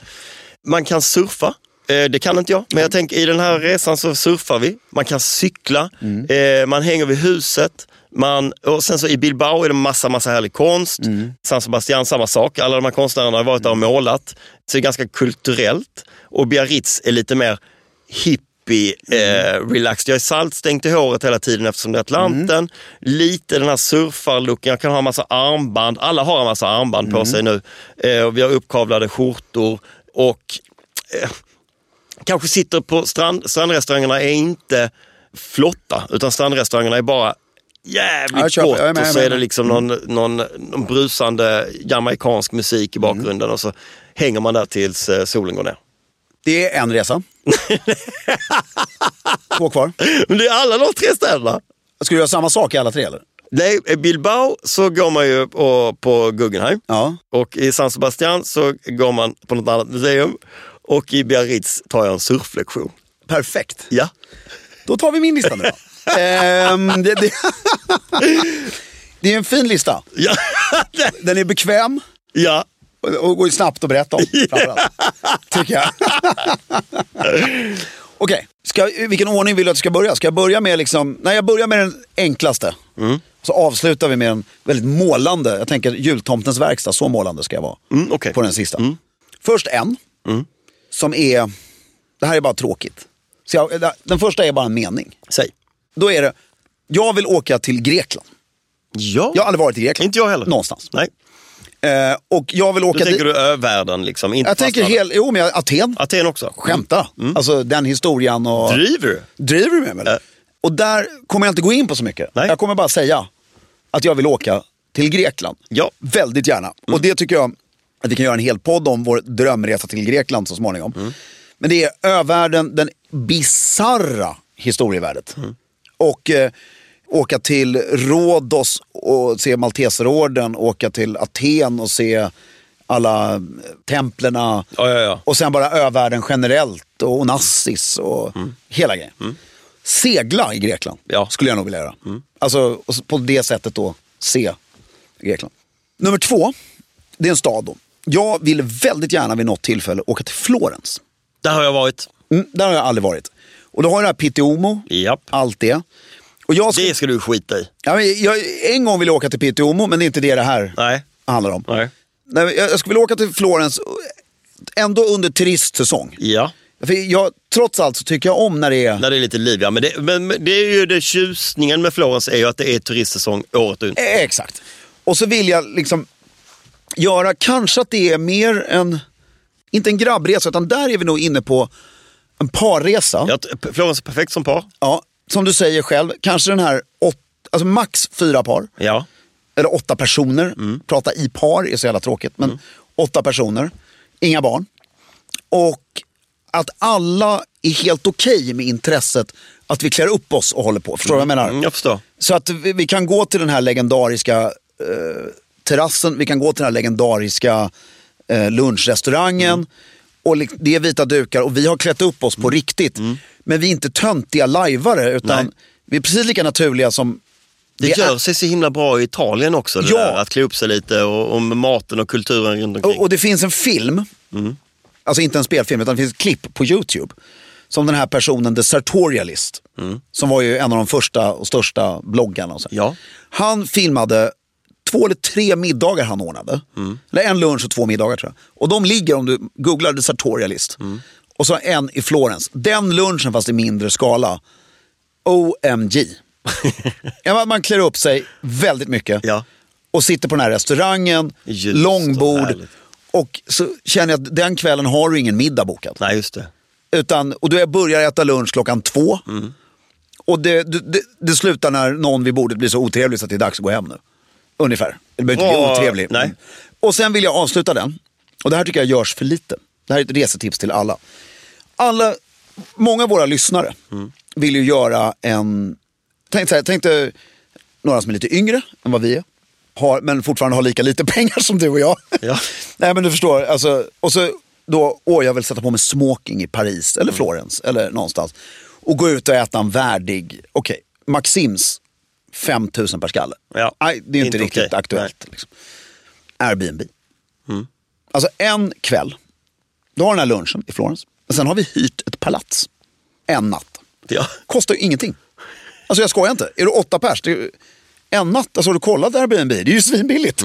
[SPEAKER 2] Man kan surfa. Eh, Det kan inte jag, men jag tänker i den här resan så surfar vi. Man kan cykla, eh, man hänger vid huset. Man, och sen så i Bilbao är det massa, massa härlig konst. San Sebastian, samma sak. Alla de här konstnärerna har varit där och målat. Så det är ganska kulturellt. Och Biarritz är lite mer hippie, eh, relaxed. Jag är saltstänkt i håret hela tiden eftersom det är Atlanten. Lite den här surfarlooken. Jag kan ha en massa armband. Alla har en massa armband på sig nu. Eh, och vi har uppkavlade skjortor. Och kanske sitter på strand, strandrestaurangerna är inte flotta, utan strandrestaurangerna är bara
[SPEAKER 1] Ja, jag
[SPEAKER 2] jävligt
[SPEAKER 1] köper.
[SPEAKER 2] gott
[SPEAKER 1] Jag är med,
[SPEAKER 2] och
[SPEAKER 1] jag
[SPEAKER 2] så
[SPEAKER 1] är
[SPEAKER 2] är det
[SPEAKER 1] med. Mm.
[SPEAKER 2] liksom någon, någon, någon brusande jamaicansk musik i bakgrunden
[SPEAKER 1] Mm.
[SPEAKER 2] och så hänger man där tills eh, solen går ner.
[SPEAKER 1] Det är en resa. Två kvar.
[SPEAKER 2] Men det är alla de tre städerna.
[SPEAKER 1] Ska du göra samma sak i alla tre eller?
[SPEAKER 2] Nej, i Bilbao så går man ju på, på Guggenheim.
[SPEAKER 1] Ja.
[SPEAKER 2] Och i San Sebastian så går man på något annat museum. Och i Biarritz tar jag en surflektion.
[SPEAKER 1] Perfekt.
[SPEAKER 2] Ja.
[SPEAKER 1] Då tar vi min lista nu då. Ehm, det, det... det är en fin lista.
[SPEAKER 2] Ja.
[SPEAKER 1] Den är bekväm
[SPEAKER 2] ja.
[SPEAKER 1] och- och går ju snabbt att berätta om. Framförallt. Tycker jag. Okej, ska- i vilken ordning vill du att jag ska börja? Ska jag börja med liksom, nej jag börjar med den enklaste.
[SPEAKER 2] Mm.
[SPEAKER 1] Så avslutar vi med en väldigt målande, jag tänker jultomtens verkstad, så målande ska jag vara.
[SPEAKER 2] Mm, okej.
[SPEAKER 1] På den sista. Först en, som är, det här är bara tråkigt. Så jag, den första är bara en mening.
[SPEAKER 2] Säg.
[SPEAKER 1] Då är det, jag vill åka till Grekland.
[SPEAKER 2] Ja.
[SPEAKER 1] Jag har aldrig varit i Grekland.
[SPEAKER 2] Inte jag heller.
[SPEAKER 1] Någonstans.
[SPEAKER 2] Nej.
[SPEAKER 1] Eh, och jag vill
[SPEAKER 2] Då
[SPEAKER 1] åka
[SPEAKER 2] tänker
[SPEAKER 1] dit.
[SPEAKER 2] du övärlden liksom? Inte
[SPEAKER 1] Jag tänker
[SPEAKER 2] fastlandet.
[SPEAKER 1] hel, jo men jag, Aten.
[SPEAKER 2] Aten också?
[SPEAKER 1] Skämta. Alltså den historien och...
[SPEAKER 2] Driver du?
[SPEAKER 1] Driver du med mig? eller?
[SPEAKER 2] Mm. Äh.
[SPEAKER 1] Och där kommer jag inte gå in på så mycket.
[SPEAKER 2] Nej.
[SPEAKER 1] Jag kommer bara säga att jag vill åka till Grekland.
[SPEAKER 2] Ja. Mm.
[SPEAKER 1] Väldigt gärna. Och det tycker jag att vi kan göra en hel podd om, vår drömresa till Grekland så småningom.
[SPEAKER 2] Mm.
[SPEAKER 1] Men det är övärlden, den bizarra historievärlden.
[SPEAKER 2] Mm.
[SPEAKER 1] Och eh, åka till Rhodos och se Malteserorden, åka till Aten och se alla eh, templerna.
[SPEAKER 2] Ja, ja, ja.
[SPEAKER 1] Och sen bara övärlden generellt och Onassis och hela grejen. Segla i Grekland
[SPEAKER 2] Mm. Ja. Mm.
[SPEAKER 1] skulle jag nog vilja göra. Alltså och s- på det sättet då se Grekland. Nummer två, det är en stad då. Jag vill väldigt gärna vid något tillfälle åka till Florens.
[SPEAKER 2] Där har jag varit.
[SPEAKER 1] Mm, där har jag aldrig varit. Och då har jag det här Piteomo,
[SPEAKER 2] Japp.
[SPEAKER 1] allt det. Och jag, skulle,
[SPEAKER 2] Det ska du skita i.
[SPEAKER 1] ja, men jag En gång ville jag åka till Piteomo, men det är inte det det här
[SPEAKER 2] Nej.
[SPEAKER 1] handlar om.
[SPEAKER 2] Nej.
[SPEAKER 1] Nej, men jag, jag skulle vilja åka till Florens, ändå under turistsäsong.
[SPEAKER 2] Ja.
[SPEAKER 1] För jag, trots allt så tycker jag om när det är...
[SPEAKER 2] När det är lite liv, ja. Men det, men men det är ju det tjusningen med Florens är ju att det är turistsäsong året runt.
[SPEAKER 1] Eh, Exakt. Och så vill jag liksom göra, kanske att det är mer en, inte en grabbresa, utan där är vi nog inne på en parresa.
[SPEAKER 2] Ja, t- Florens är perfekt som par.
[SPEAKER 1] Ja, som du säger själv, kanske den här, åt, alltså max fyra par,
[SPEAKER 2] Ja.
[SPEAKER 1] eller åtta personer.
[SPEAKER 2] Mm.
[SPEAKER 1] Prata i par är så jävla tråkigt, men åtta personer, inga barn. Och att alla är helt okej med intresset att vi klär upp oss och håller på. Förstår du vad jag menar?
[SPEAKER 2] Mm, jag förstår.
[SPEAKER 1] Så att vi, vi kan gå till den här legendariska eh, terrassen, vi kan gå till den här legendariska eh, lunchrestaurangen.
[SPEAKER 2] Mm.
[SPEAKER 1] Och li- det är vita dukar och vi har klätt upp oss på riktigt. Men vi är inte töntiga lajvare utan
[SPEAKER 2] Mm. Nej.
[SPEAKER 1] vi är precis lika naturliga som
[SPEAKER 2] Det,
[SPEAKER 1] vi
[SPEAKER 2] gör sig så himla bra i Italien också, det
[SPEAKER 1] Ja.
[SPEAKER 2] där, att klä upp sig lite och, och med maten och kulturen runt omkring.
[SPEAKER 1] Och, och det finns en film, alltså inte en spelfilm, utan det finns ett klipp på YouTube. Som den här personen, The Sartorialist, som var ju en av de första och största bloggarna. Och så.
[SPEAKER 2] Ja.
[SPEAKER 1] Han filmade två eller tre middagar han ordnade. Eller en lunch och två middagar tror jag. Och de ligger, om du googlar The Sartorialist, och så en i Florens. Den lunchen, fast i mindre skala, OMG. ja, man- man klär upp sig väldigt mycket
[SPEAKER 2] Ja.
[SPEAKER 1] och sitter på den här restaurangen,
[SPEAKER 2] Ljust och
[SPEAKER 1] långbord.
[SPEAKER 2] härligt.
[SPEAKER 1] Och så känner jag att den kvällen har du ingen middag bokad.
[SPEAKER 2] Nej, just det.
[SPEAKER 1] Utan, och du börjar äta lunch klockan två. Och det, det, det, det slutar när någon vid bordet blir så otrevlig så att det är dags att gå hem nu. Ungefär. Det behöver inte bli
[SPEAKER 2] Bra.
[SPEAKER 1] otrevlig.
[SPEAKER 2] Nej.
[SPEAKER 1] Och sen vill jag avsluta den. Och det här tycker jag görs för lite. Det här är ett resetips till alla. alla många av våra lyssnare vill ju göra en... Tänk, så här, tänk dig några som är lite yngre än vad vi är. Har, men fortfarande har lika lite pengar som du och jag.
[SPEAKER 2] Ja.
[SPEAKER 1] Nej men du förstår. Alltså, och så då, åh jag vill sätta på mig smoking i Paris eller Florens eller någonstans. Och gå ut och äta en värdig, okej, Maxims 5000 per skalle.
[SPEAKER 2] Ja.
[SPEAKER 1] Nej, det är ju inte,
[SPEAKER 2] Inte
[SPEAKER 1] riktigt
[SPEAKER 2] okej. Mm.
[SPEAKER 1] aktuellt. Liksom. Airbnb. Alltså en kväll, du har den här lunchen i Florens. Men sen har vi hyrt ett palats. En natt.
[SPEAKER 2] Ja.
[SPEAKER 1] Kostar ju ingenting. Alltså jag skojar inte. Är du åtta pers, det är ju en natt. Alltså har du kollat Airbnb? Det är ju svinbilligt.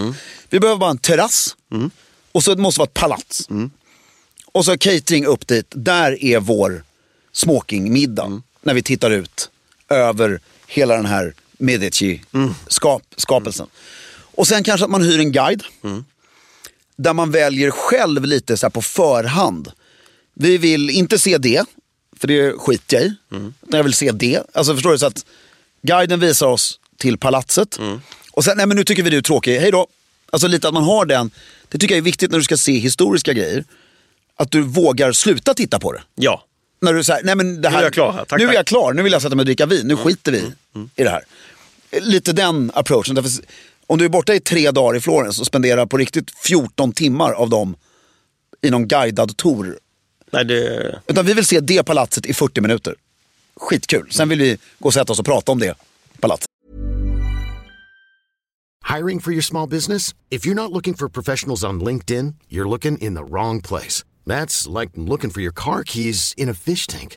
[SPEAKER 1] Vi behöver bara en terrass. Och så måste det vara ett palats. Och så catering upp dit. Där är vår smokingmiddag. När vi tittar ut över hela den här Medici-skapelsen. Och sen kanske att man hyr en guide. Där man väljer själv lite så här på förhand. Vi vill inte se det, för det skiter jag i. Utan jag vill se det. Alltså förstår du? Så att guiden visar oss till palatset. Och sen, nej men nu tycker vi du är tråkig, hej då. Alltså lite att man har den. Det tycker jag är viktigt när du ska se historiska grejer. Att du vågar sluta titta på det.
[SPEAKER 2] Ja.
[SPEAKER 1] När du säger, nej men det här.
[SPEAKER 2] är jag klar här. Tack,
[SPEAKER 1] nu är
[SPEAKER 2] tack. Mm.
[SPEAKER 1] jag klar, nu vill jag sätta mig och dricka vin, nu skiter vi i det här. Lite den approachen. Därför, s- om du är borta i tre dagar i Florens och spenderar på riktigt 14 timmar av dem i någon guidad tour.
[SPEAKER 2] Nej, det...
[SPEAKER 1] Utan vi vill se det palatset i 40 minuter. Skitkul. Sen vill vi gå och sätta oss och prata om det palatset.
[SPEAKER 3] Hiring for your small business? If you're not looking for professionals on LinkedIn, you're looking in the wrong place. That's like looking for your car keys in a fish tank.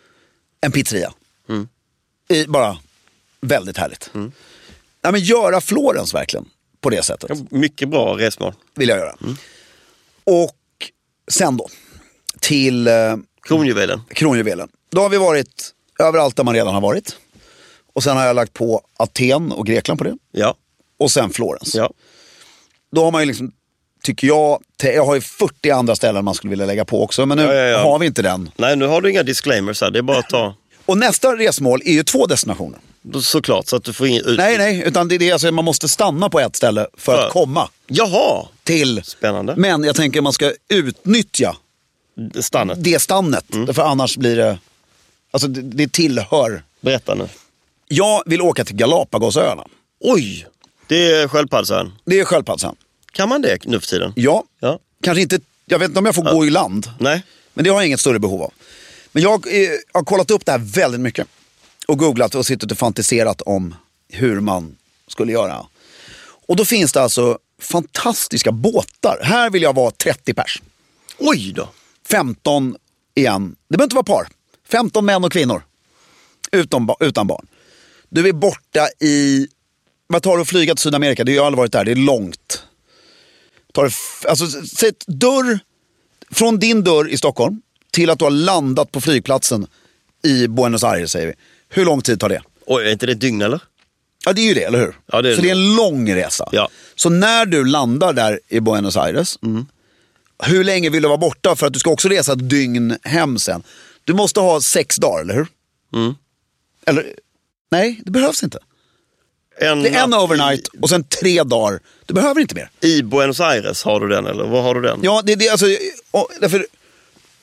[SPEAKER 1] en pizzeria.
[SPEAKER 2] Mm.
[SPEAKER 1] I, bara väldigt härligt. Nej, men göra Florens verkligen på det sättet.
[SPEAKER 2] Mycket bra resmål.
[SPEAKER 1] vill jag göra. Och sen då, till eh,
[SPEAKER 2] Kronjuvelen.
[SPEAKER 1] kronjuvelen. Då har vi varit överallt där man redan har varit. Och sen har jag lagt på Aten och Grekland på det.
[SPEAKER 2] Ja.
[SPEAKER 1] Och sen Florens.
[SPEAKER 2] ja.
[SPEAKER 1] Då har man ju liksom, tycker jag, te- jag har ju 40 andra ställen man skulle vilja lägga på också. Men nu
[SPEAKER 2] ja, ja.
[SPEAKER 1] har vi inte den.
[SPEAKER 2] Nej, nu har du inga disclaimers här. Det är bara att ta.
[SPEAKER 1] Och nästa resmål är ju två destinationer.
[SPEAKER 2] Då- Såklart, så att du får ingen ut...
[SPEAKER 1] Nej, nej, utan det är det, alltså, man måste stanna på ett ställe för
[SPEAKER 2] Ja.
[SPEAKER 1] att komma
[SPEAKER 2] Jaha!
[SPEAKER 1] till.
[SPEAKER 2] Spännande.
[SPEAKER 1] Men jag tänker man ska utnyttja
[SPEAKER 2] Stannet.
[SPEAKER 1] det stannet.
[SPEAKER 2] Mm.
[SPEAKER 1] För annars blir det... Alltså det, det tillhör.
[SPEAKER 2] Berätta nu.
[SPEAKER 1] Jag vill åka till Galapagosöarna.
[SPEAKER 2] Oj! Det är sköldpaddsön.
[SPEAKER 1] Det är sköldpaddsön.
[SPEAKER 2] Kan man det nu för tiden?
[SPEAKER 1] Ja,
[SPEAKER 2] Ja.
[SPEAKER 1] kanske inte... Jag vet inte om jag får gå i land.
[SPEAKER 2] Nej.
[SPEAKER 1] Men det har jag inget större behov av. Men jag eh, har kollat upp det här väldigt mycket. Och googlat och suttit och fantiserat om hur man skulle göra. Och då finns det alltså fantastiska båtar. Här vill jag vara 30 pers.
[SPEAKER 2] Oj då!
[SPEAKER 1] 15 igen. Det behöver inte vara par. 15 män och kvinnor. Utom, ba- utan barn. Du är borta i... Vad tar du att flyga till Sydamerika? Det har jag aldrig varit där. Det är långt. Tar det f- alltså, s- säg ett dörr... Från din dörr i Stockholm till att du har landat på flygplatsen i Buenos Aires, säger vi. Hur lång tid tar det?
[SPEAKER 2] Oj, är inte det ett dygn eller?
[SPEAKER 1] Ja, det är ju det, eller hur?
[SPEAKER 2] Ja, det är
[SPEAKER 1] så
[SPEAKER 2] det.
[SPEAKER 1] det är en lång resa.
[SPEAKER 2] Ja. Mm.
[SPEAKER 1] Så när du landar där i Buenos Aires, hur länge vill du vara borta för att du ska också resa ett dygn hem sen? Du måste ha sex dagar, eller hur? Eller, nej, det behövs inte.
[SPEAKER 2] En
[SPEAKER 1] Det är en
[SPEAKER 2] natt
[SPEAKER 1] overnight och sen tre dagar. Du behöver inte mer.
[SPEAKER 2] I, I Buenos Aires har du den eller? Var har du den?
[SPEAKER 1] Ja, det, det alltså, och, därför,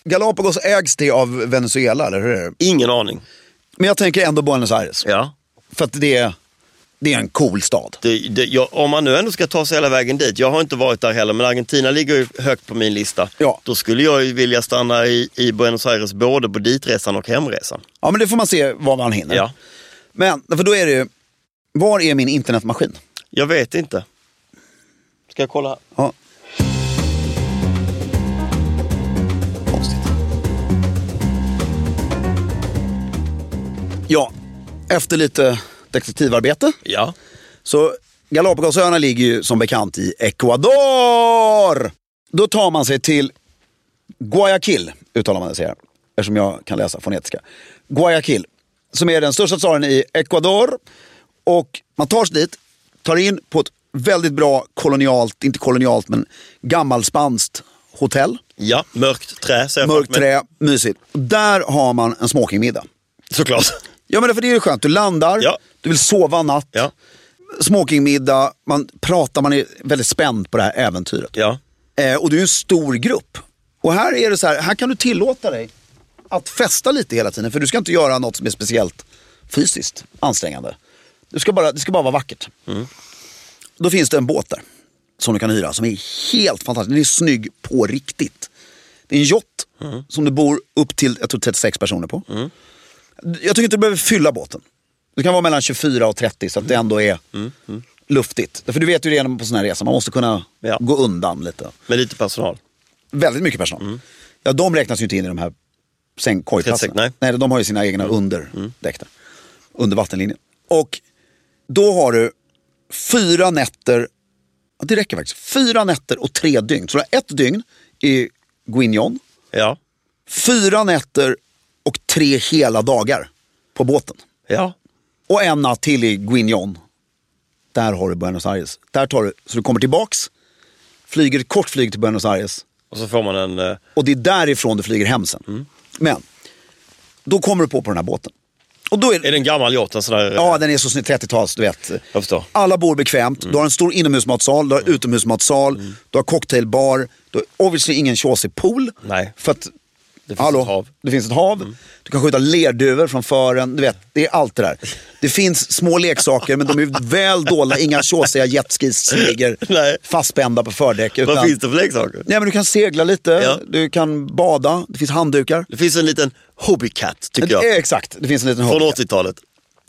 [SPEAKER 1] Galapagos ägs det av Venezuela, eller hur är det?
[SPEAKER 2] Ingen aning.
[SPEAKER 1] Men jag tänker ändå Buenos Aires.
[SPEAKER 2] Ja.
[SPEAKER 1] För att det, är- det är en cool stad.
[SPEAKER 2] Det, det, jag, om man nu ändå ska ta sig hela vägen dit. Jag har inte varit där heller, men Argentina ligger ju högt på min lista.
[SPEAKER 1] Ja.
[SPEAKER 2] Då skulle jag ju vilja stanna i, i Buenos Aires både på ditresan och hemresan.
[SPEAKER 1] Ja, men det får man se vad man hinner.
[SPEAKER 2] Ja.
[SPEAKER 1] Men, för då är det ju, var är min internetmaskin?
[SPEAKER 2] Jag vet inte. Ska jag kolla?
[SPEAKER 1] Ja. Konstigt. Ja, efter lite detektivarbete
[SPEAKER 2] Ja.
[SPEAKER 1] så Galapagosöarna ligger ju som bekant i Ecuador. Då tar man sig till Guayaquil, uttalar man det säger jag, eftersom jag kan läsa fonetiska. Guayaquil, som är den största staden i Ecuador. Och man tar sig dit, tar in på ett väldigt bra kolonialt, inte kolonialt men gammelspanskt hotell.
[SPEAKER 2] Ja, mörkt trä säger
[SPEAKER 1] Mörkt
[SPEAKER 2] folk, men-
[SPEAKER 1] trä, mysigt. Och Där har man en smokingmiddag.
[SPEAKER 2] Såklart.
[SPEAKER 1] Ja men därför det är ju skönt, du landar,
[SPEAKER 2] Ja.
[SPEAKER 1] du vill sova en natt
[SPEAKER 2] Ja.
[SPEAKER 1] smokingmiddag, man pratar, man är väldigt spänd på det här äventyret.
[SPEAKER 2] Ja.
[SPEAKER 1] Eh, och det är ju en stor grupp. Och här är det så här, här kan du tillåta dig att festa lite hela tiden. För du ska inte göra något som är speciellt fysiskt ansträngande. Du ska bara, det ska bara vara vackert. Då finns det en båt där som du kan hyra som är helt fantastisk. Den är snygg på riktigt. Det är en yacht som du bor upp till jag tror 36 personer på. Jag tycker inte du behöver fylla båten. Det kan vara mellan 24 och 30 så att det ändå är luftigt. För du vet ju det på sådana här resor, man måste kunna
[SPEAKER 2] Ja.
[SPEAKER 1] gå undan lite.
[SPEAKER 2] Med lite personal.
[SPEAKER 1] Väldigt mycket personal. Ja, de räknas ju inte in i de här säng- kojplatserna.
[SPEAKER 2] 36, nej.
[SPEAKER 1] de har ju sina egna under däck där. Under vattenlinjen. Och då har du fyra nätter, ja, det räcker faktiskt, fyra nätter och tre dygn. Så du har ett dygn i Guignon,
[SPEAKER 2] Ja.
[SPEAKER 1] fyra nätter och tre hela dagar på båten.
[SPEAKER 2] Ja.
[SPEAKER 1] Och en natt till i Guignon. Där har du Buenos Aires. Där tar du, så du kommer tillbaks, flyger ett kort flyg till Buenos Aires.
[SPEAKER 2] Och så får man en... eh,
[SPEAKER 1] Och det är därifrån du flyger hem sen. Men, då kommer du på på den här båten. Och då är,
[SPEAKER 2] Är det en gammal yacht? En sån där...
[SPEAKER 1] Ja, den är så snygg. 30-tals, du vet.
[SPEAKER 2] Jag förstår. Mm.
[SPEAKER 1] Alla bor bekvämt. Du har en stor inomhusmatsal, du har utomhusmatsal, du har cocktailbar. Du har obviously ingen tjåsig pool.
[SPEAKER 2] Nej.
[SPEAKER 1] För att,
[SPEAKER 2] Det finns
[SPEAKER 1] hallå,
[SPEAKER 2] ett hav. Mm.
[SPEAKER 1] det finns ett hav. Du kan skjuta lerduvor från fören. Du vet, det är allt det där. Det finns små leksaker, men de är väl dolda. Inga tjåsiga jetskis ligger
[SPEAKER 2] Nej.
[SPEAKER 1] fastspända på fördäck. Utan,
[SPEAKER 2] Vad finns det för leksaker?
[SPEAKER 1] Nej, men du kan segla lite,
[SPEAKER 2] Ja.
[SPEAKER 1] du kan bada, det finns handdukar.
[SPEAKER 2] Det finns en liten hobbykatt, tycker
[SPEAKER 1] Eh,
[SPEAKER 2] jag.
[SPEAKER 1] Exakt, det finns en liten
[SPEAKER 2] Från
[SPEAKER 1] hobby.
[SPEAKER 2] 80-talet.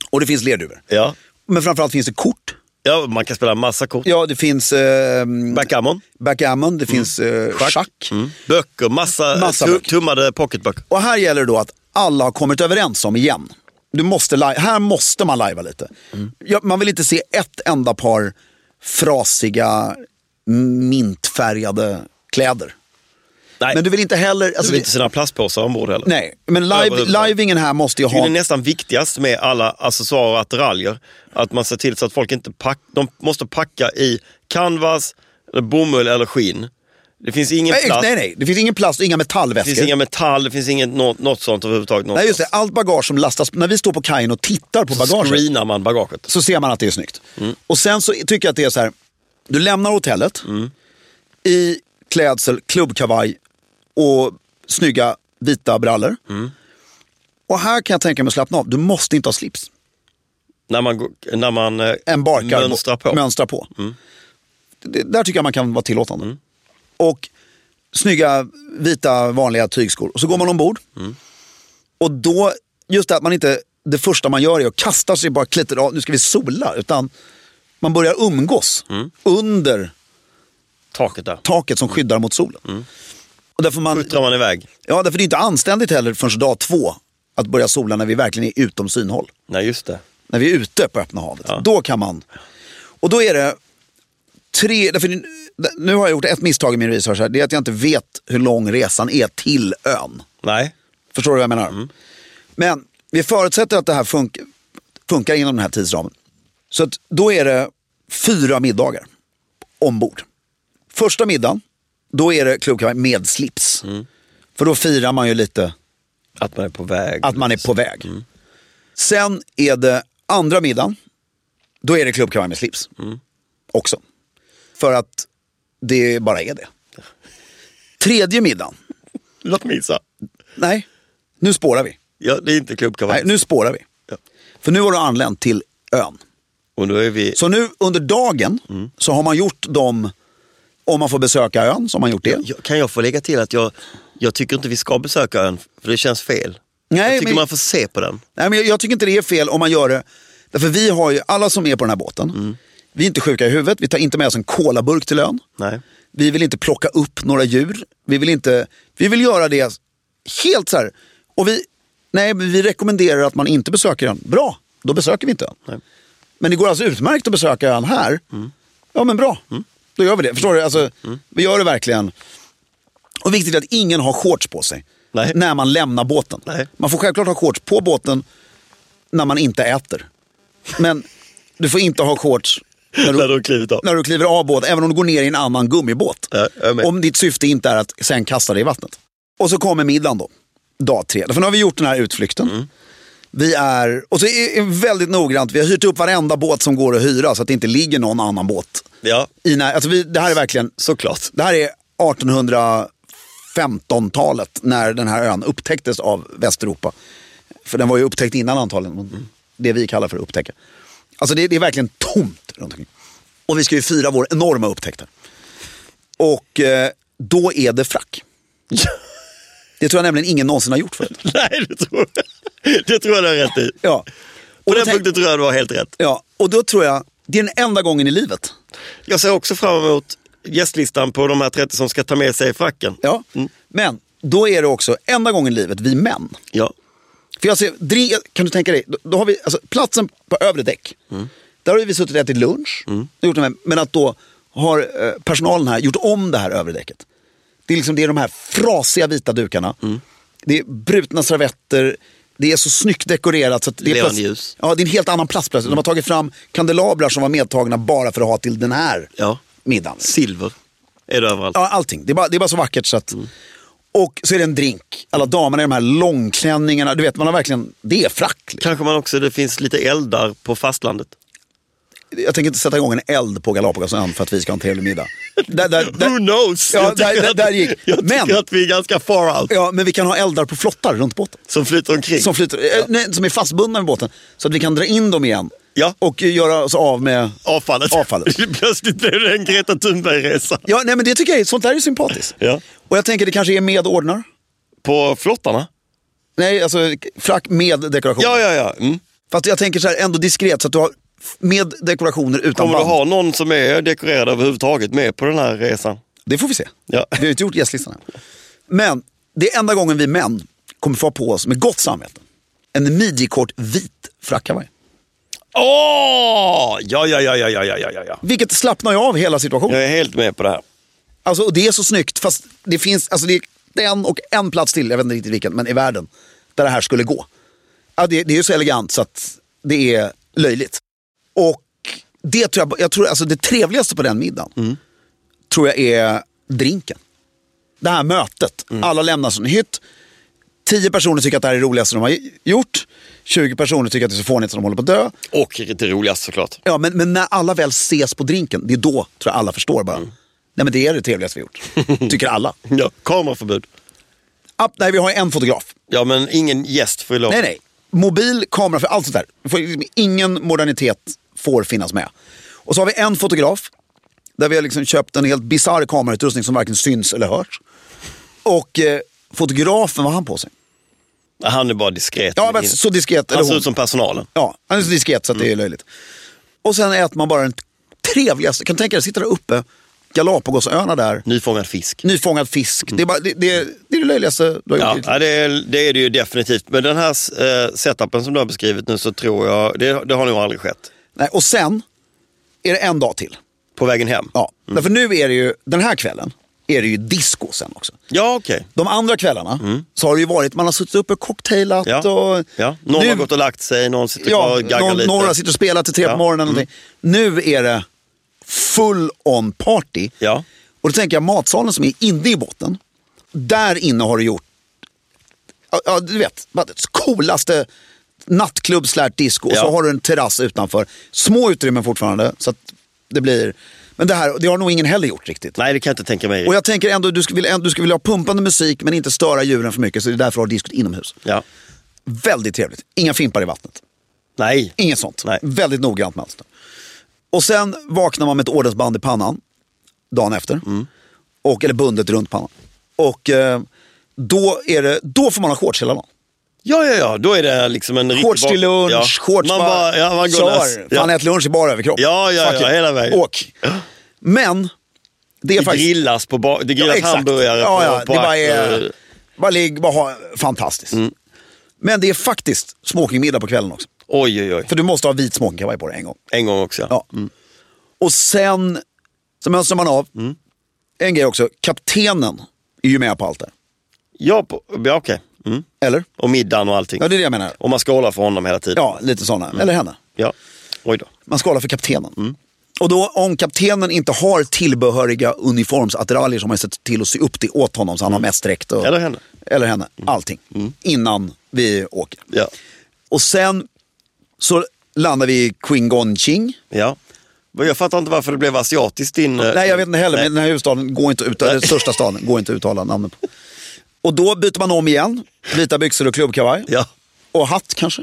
[SPEAKER 1] Och det finns lerduvor.
[SPEAKER 2] Ja.
[SPEAKER 1] Men framförallt finns det kort.
[SPEAKER 2] ja, man kan spela massa kort.
[SPEAKER 1] Ja, det finns eh,
[SPEAKER 2] Backgammon.
[SPEAKER 1] backgammon,
[SPEAKER 2] Mm.
[SPEAKER 1] det finns eh, schack.
[SPEAKER 2] Böcker, massa,
[SPEAKER 1] Massa
[SPEAKER 2] tu-
[SPEAKER 1] böcker.
[SPEAKER 2] tummade pocketböcker.
[SPEAKER 1] Och här gäller det då att alla har kommit överens om igen. Du måste li- här måste man lajva lite.
[SPEAKER 2] Mm.
[SPEAKER 1] Ja, man vill inte se ett enda par frasiga, mintfärgade kläder.
[SPEAKER 2] Nej,
[SPEAKER 1] Men du vill inte heller...
[SPEAKER 2] du
[SPEAKER 1] Alltså,
[SPEAKER 2] vill inte sina plastpåsar ombord heller.
[SPEAKER 1] Nej, men live,
[SPEAKER 2] Överhuvudtaget.
[SPEAKER 1] livingen här måste ju
[SPEAKER 2] Det är
[SPEAKER 1] ha...
[SPEAKER 2] ju nästan viktigast med alla accessoarer och attiraljer. Att man ser till så att folk inte packar. De måste packa i canvas, eller bomull eller skinn. Det finns ingen
[SPEAKER 1] Nej,
[SPEAKER 2] plast,
[SPEAKER 1] nej, nej. Det finns ingen plast och inga
[SPEAKER 2] det
[SPEAKER 1] metallväskor.
[SPEAKER 2] finns inga metall, det finns inget, något, något sånt överhuvudtaget.
[SPEAKER 1] Nej, just det. Allt bagage som lastas... När vi står på kajen och tittar på
[SPEAKER 2] Så
[SPEAKER 1] bagaget
[SPEAKER 2] screenar man bagaget.
[SPEAKER 1] så ser man att det är snyggt.
[SPEAKER 2] Mm.
[SPEAKER 1] Och sen så tycker jag att det är så här. Du lämnar hotellet
[SPEAKER 2] Mm.
[SPEAKER 1] i klädsel, klubbkavaj och snygga vita brallor.
[SPEAKER 2] Mm.
[SPEAKER 1] Och här kan jag tänka mig att slappna av. Du måste inte ha slips.
[SPEAKER 2] När man, går- när man eh,
[SPEAKER 1] Embarkar.
[SPEAKER 2] mönstrar på.
[SPEAKER 1] Mönstra på. Det, där tycker jag man kan vara tillåtande. Och snygga vita vanliga tygskor. Och så går man ombord. Och då, just det att man inte, det första man gör är att kasta sig bara klittet av, nu ska vi sola. Utan man börjar umgås under
[SPEAKER 2] Taket där.
[SPEAKER 1] taket som skyddar mot solen. Och därför, man,
[SPEAKER 2] Puttrar man iväg.
[SPEAKER 1] ja, därför det är inte anständigt heller förrän dag två att börja sola när vi verkligen är utom synhåll.
[SPEAKER 2] Nej, just det.
[SPEAKER 1] När vi är ute på öppna havet. Då kan man. Och då är det tre, därför, nu- nu har jag gjort ett misstag i min research här. Det är att jag inte vet hur lång resan är till ön.
[SPEAKER 2] Nej.
[SPEAKER 1] Förstår du vad jag menar? Men vi förutsätter att det här funk- funkar inom den här tidsramen. Så att då är det fyra middagar ombord. Första middagen, då är det klubbkavaj med slips. För då firar man ju lite
[SPEAKER 2] Att man är på väg.
[SPEAKER 1] att man är på väg. Sen är det andra middagen, då är det klubbkavaj med slips. Också. För att det bara är det. Tredje middagen,
[SPEAKER 2] Låt mig gissa.
[SPEAKER 1] nej, nu spårar vi.
[SPEAKER 2] Ja, det är inte
[SPEAKER 1] Nej,
[SPEAKER 2] klubbkavaj.
[SPEAKER 1] nu spårar vi.
[SPEAKER 2] Ja.
[SPEAKER 1] För nu har du anlänt till ön.
[SPEAKER 2] Och nu är vi...
[SPEAKER 1] Så nu under dagen så har man gjort de, om man får besöka ön, så har man gjort det.
[SPEAKER 2] Jag- Kan jag få lägga till att jag, jag tycker inte vi ska besöka ön, för det känns fel.
[SPEAKER 1] Nej,
[SPEAKER 2] jag tycker
[SPEAKER 1] men-
[SPEAKER 2] man får se på den.
[SPEAKER 1] Nej, men jag, jag tycker inte det är fel om man gör det. Därför vi har ju, alla som är på den här båten, vi är inte sjuka i huvudet, vi tar inte med oss en kolaburk till ön.
[SPEAKER 2] Nej.
[SPEAKER 1] Vi vill inte plocka upp några djur. Vi vill, inte, vi vill göra det helt så här. Och vi, nej, men vi rekommenderar att man inte besöker ön. Bra, då besöker vi inte ön. Men det går alltså utmärkt att besöka ön här. Ja, men bra.
[SPEAKER 2] Mm.
[SPEAKER 1] Då gör vi det. Förstår du? Alltså, Vi gör det verkligen. Och viktigt är att ingen har shorts på sig
[SPEAKER 2] Nej.
[SPEAKER 1] när man lämnar båten.
[SPEAKER 2] Nej.
[SPEAKER 1] Man får självklart ha shorts på båten när man inte äter. Men du får inte ha shorts när
[SPEAKER 2] När
[SPEAKER 1] du
[SPEAKER 2] du har klivit av.
[SPEAKER 1] när du kliver av båten, även om du går ner i en annan gummibåt.
[SPEAKER 2] Ja, jag är med.
[SPEAKER 1] om ditt syfte inte är att sen kasta dig i vattnet. Och så kommer middagen då, dag tre. För nu har vi gjort den här utflykten. Vi är, och så är är väldigt noggrant, vi har hyrt upp varenda båt som går att hyra så att det inte ligger någon annan båt.
[SPEAKER 2] Ja,
[SPEAKER 1] I när, alltså vi, det här är verkligen,
[SPEAKER 2] såklart.
[SPEAKER 1] det här är 1815-talet när den här ön upptäcktes av Västeuropa. För den var ju upptäckt innan antagligen, men det vi kallar för att upptäcka. Alltså det, det är verkligen tomt runt omkring. Och vi ska ju fira vår enorma upptäckt. här. Och eh, då är det frack. Det tror jag nämligen ingen någonsin har gjort förut.
[SPEAKER 2] Nej, det tror jag. Det tror jag du har rätt i.
[SPEAKER 1] Ja.
[SPEAKER 2] På
[SPEAKER 1] Och då
[SPEAKER 2] den
[SPEAKER 1] tänk-
[SPEAKER 2] punkten tror jag du har helt rätt.
[SPEAKER 1] ja, och då tror jag, det är den enda gången i livet.
[SPEAKER 2] Jag ser också fram emot gästlistan på de här 30 som ska ta med sig fracken.
[SPEAKER 1] Ja.
[SPEAKER 2] Mm.
[SPEAKER 1] Men då är det också enda gången i livet vi män
[SPEAKER 2] Ja.
[SPEAKER 1] För jag ser, dre, kan du tänka dig, då, då har vi alltså, platsen på övre däck. Där har vi suttit och ätit lunch. och Gjort de här, men att då har eh, personalen här gjort om det här övre däcket. Det är, liksom, det är de här frasiga vita dukarna. Det är brutna servetter. Det är så snyggt dekorerat. Så att det, är
[SPEAKER 2] Levande
[SPEAKER 1] plöts-
[SPEAKER 2] ljus.
[SPEAKER 1] Ja, det är en helt annan plats plötsligt. De har tagit fram kandelabrar som var medtagna bara för att ha till den här
[SPEAKER 2] Ja.
[SPEAKER 1] middagen.
[SPEAKER 2] Silver är det överallt.
[SPEAKER 1] Ja, allting. Det är bara, det är bara så vackert. Så att...
[SPEAKER 2] Mm.
[SPEAKER 1] Och så är det en drink. Alla damerna i de här långklänningarna. Du vet, man har verkligen... Det är frack. liksom.
[SPEAKER 2] Kanske man också, det finns lite eldar på fastlandet.
[SPEAKER 1] Jag tänker inte sätta igång en eld på Galapagosön för att vi ska ha en trevlig middag. Där, där, där...
[SPEAKER 2] Who knows?
[SPEAKER 1] Ja,
[SPEAKER 2] Jag tycker
[SPEAKER 1] där- där-
[SPEAKER 2] att-
[SPEAKER 1] där gick.
[SPEAKER 2] Jag tycker
[SPEAKER 1] Men-
[SPEAKER 2] att vi är ganska far out
[SPEAKER 1] Ja, men vi kan ha eldar på flottar runt båten.
[SPEAKER 2] som flyter omkring.
[SPEAKER 1] Som, flyter, eh, nej, som är fastbundna med båten. Så att vi kan dra in dem igen.
[SPEAKER 2] Ja.
[SPEAKER 1] Och eh, göra oss av med...
[SPEAKER 2] Avfallet.
[SPEAKER 1] Avfallet.
[SPEAKER 2] Plötsligt blev det en Greta Thunberg-resa.
[SPEAKER 1] Ja, nej men det tycker jag är, sånt där är sympatiskt.
[SPEAKER 2] Ja.
[SPEAKER 1] Och jag tänker det kanske är med ordnar.
[SPEAKER 2] På flottarna?
[SPEAKER 1] Nej, alltså frack med dekorationer.
[SPEAKER 2] Ja, ja, ja. Mm.
[SPEAKER 1] Fast jag tänker så här ändå diskret så att du har f- med dekorationer utan
[SPEAKER 2] Kommer du
[SPEAKER 1] band.
[SPEAKER 2] ha någon som är dekorerad överhuvudtaget med på den här resan?
[SPEAKER 1] Det får vi se.
[SPEAKER 2] Ja.
[SPEAKER 1] Vi har ju inte gjort gästlistan än. Men det är enda gången vi män kommer få ha på oss med gott samvete en midjekort vit frackkavaj.
[SPEAKER 2] Åh! Ja, ja, ja, ja, ja, ja, ja, ja.
[SPEAKER 1] Vilket slappnar ju av hela situationen.
[SPEAKER 2] Jag är helt med på det här.
[SPEAKER 1] Alltså, och det är så snyggt fast det finns, alltså det är den och en plats till, jag vet inte riktigt vilken, men i världen där det här skulle gå. Ja, det, det är ju så elegant så att det är löjligt. Och det tror jag, jag tror alltså det trevligaste på den middagen tror jag är drinken. det här mötet. Alla lämnar sin hytt. 10 personer tycker att det här är det roligaste de har gjort. 20 personer tycker att det är så fånigt som de håller på att dö.
[SPEAKER 2] Och det roligaste såklart.
[SPEAKER 1] Ja, men, men när alla väl ses på drinken, det är då tror jag alla förstår bara.
[SPEAKER 2] Mm.
[SPEAKER 1] Nej men det är det trevligaste vi har gjort. Tycker alla.
[SPEAKER 2] Ja, kameraförbud.
[SPEAKER 1] App, nej, vi har en fotograf.
[SPEAKER 2] Ja, men ingen gäst får ju lov.
[SPEAKER 1] Nej, nej. Mobil, kamera, för allt sånt där. Vi får liksom- Ingen modernitet får finnas med. Och så har vi en fotograf. Där vi har liksom köpt en helt bisarr kamerautrustning som varken syns eller hörs. Och eh, fotografen, vad har han på sig?
[SPEAKER 2] Han är bara diskret.
[SPEAKER 1] Ja, men så diskret.
[SPEAKER 2] Han
[SPEAKER 1] Eller
[SPEAKER 2] ser
[SPEAKER 1] hon.
[SPEAKER 2] ut som Mm. personalen.
[SPEAKER 1] Ja, han är så diskret så att det är löjligt. Och sen äter man bara den trevligaste. Kan du tänka dig, sitta där uppe, Galapagosöarna där.
[SPEAKER 2] Nyfångad fisk.
[SPEAKER 1] Nyfångad fisk. Det, är bara, det, det, det är det löjligaste du har
[SPEAKER 2] Ja,
[SPEAKER 1] gjort.
[SPEAKER 2] ja det, är, det är det ju definitivt. Men den här eh, setupen som du har beskrivit nu så tror jag, det, det har nog aldrig skett.
[SPEAKER 1] Nej, och sen är det en dag till.
[SPEAKER 2] På vägen hem?
[SPEAKER 1] Ja, därför nu är det ju, den här kvällen, är det ju disco sen också.
[SPEAKER 2] Ja, okej.
[SPEAKER 1] De andra kvällarna så har det ju varit, man har suttit uppe och cocktailat
[SPEAKER 2] Mm. Ja.
[SPEAKER 1] och...
[SPEAKER 2] ja. Någon
[SPEAKER 1] Nu-
[SPEAKER 2] har gått och lagt sig, någon sitter kvar
[SPEAKER 1] ja,
[SPEAKER 2] och gaggar
[SPEAKER 1] någon,
[SPEAKER 2] lite.
[SPEAKER 1] Några sitter och spelar till tre
[SPEAKER 2] Ja. Mm.
[SPEAKER 1] på morgonen. och någonting. Nu är det full on party.
[SPEAKER 2] Ja.
[SPEAKER 1] Och då tänker jag matsalen som är inne i botten. Där inne har du gjort, ja, ja, du vet, bara det coolaste nattklubb slash disco.
[SPEAKER 2] Ja.
[SPEAKER 1] Och så har du en terrass utanför. Små utrymmen fortfarande. Så att det blir... Men det här, det har nog ingen heller gjort riktigt.
[SPEAKER 2] Nej, det kan jag inte tänka mig.
[SPEAKER 1] Och jag tänker ändå, du ska, vilja, du ska vilja ha pumpande musik men inte störa djuren för mycket. Så det är därför du har diskot inomhus.
[SPEAKER 2] Ja.
[SPEAKER 1] Väldigt trevligt. Inga fimpar i vattnet.
[SPEAKER 2] Nej.
[SPEAKER 1] Inget sånt.
[SPEAKER 2] Nej.
[SPEAKER 1] Väldigt noggrant med allt. det. Och sen vaknar man med ett ordensband i pannan dagen efter.
[SPEAKER 2] Mm.
[SPEAKER 1] Och, eller bundet runt pannan. Och eh, då, är det, då får man ha shorts hela dagen.
[SPEAKER 2] Ja, ja, ja. Då är det liksom en riktig...
[SPEAKER 1] Shorts till lunch,
[SPEAKER 2] bak- ja.
[SPEAKER 1] shorts
[SPEAKER 2] man
[SPEAKER 1] bara,
[SPEAKER 2] bara... Ja, man går lös.
[SPEAKER 1] kör. Fan,
[SPEAKER 2] ja.
[SPEAKER 1] ät lunch i bara överkropp.
[SPEAKER 2] Ja, ja,
[SPEAKER 1] Fuck
[SPEAKER 2] ja,
[SPEAKER 1] it.
[SPEAKER 2] hela vägen.
[SPEAKER 1] Åk. Men, det är
[SPEAKER 2] Det
[SPEAKER 1] faktiskt...
[SPEAKER 2] grillas, på ba... det grillas
[SPEAKER 1] exakt.
[SPEAKER 2] hamburgare
[SPEAKER 1] ja, ja,
[SPEAKER 2] på, Mm. på
[SPEAKER 1] det bara
[SPEAKER 2] akter.
[SPEAKER 1] är, bara ligg, bara ha, fantastiskt.
[SPEAKER 2] Mm.
[SPEAKER 1] Men det är faktiskt smokingmiddag på kvällen också.
[SPEAKER 2] Oj, oj, oj.
[SPEAKER 1] För du måste ha vit smokingkavaj på dig en gång.
[SPEAKER 2] En gång också.
[SPEAKER 1] Ja. Och sen så mönstrar man av.
[SPEAKER 2] Mm.
[SPEAKER 1] En grej också, kaptenen är ju med på allt det här.
[SPEAKER 2] Ja, på... ja okej. Mm.
[SPEAKER 1] Eller?
[SPEAKER 2] Och middagen och allting.
[SPEAKER 1] Ja, det är det jag menar.
[SPEAKER 2] Och man skålar för honom hela tiden.
[SPEAKER 1] Ja, lite sådana.
[SPEAKER 2] Mm.
[SPEAKER 1] Eller henne.
[SPEAKER 2] ja. Oj då.
[SPEAKER 1] Man skalar för kaptenen.
[SPEAKER 2] Mm.
[SPEAKER 1] Och då om kaptenen inte har tillbehöriga uniformsattiraljer så har man sett till att sy upp det åt honom så han har mässdräkt. och-
[SPEAKER 2] Mm. Eller henne. Mm.
[SPEAKER 1] Eller henne. Allting. Innan vi åker.
[SPEAKER 2] Ja.
[SPEAKER 1] Och sen så landar vi i Qingonching.
[SPEAKER 2] ja. Men Jag fattar inte varför det blev asiatiskt din... eh,
[SPEAKER 1] Nej, jag vet inte heller, men den här huvudstaden går inte att uttala, den största staden går inte att uttala namnet på. Och då byter man om igen, vita byxor och klubbkavaj.
[SPEAKER 2] Ja.
[SPEAKER 1] Och hatt kanske.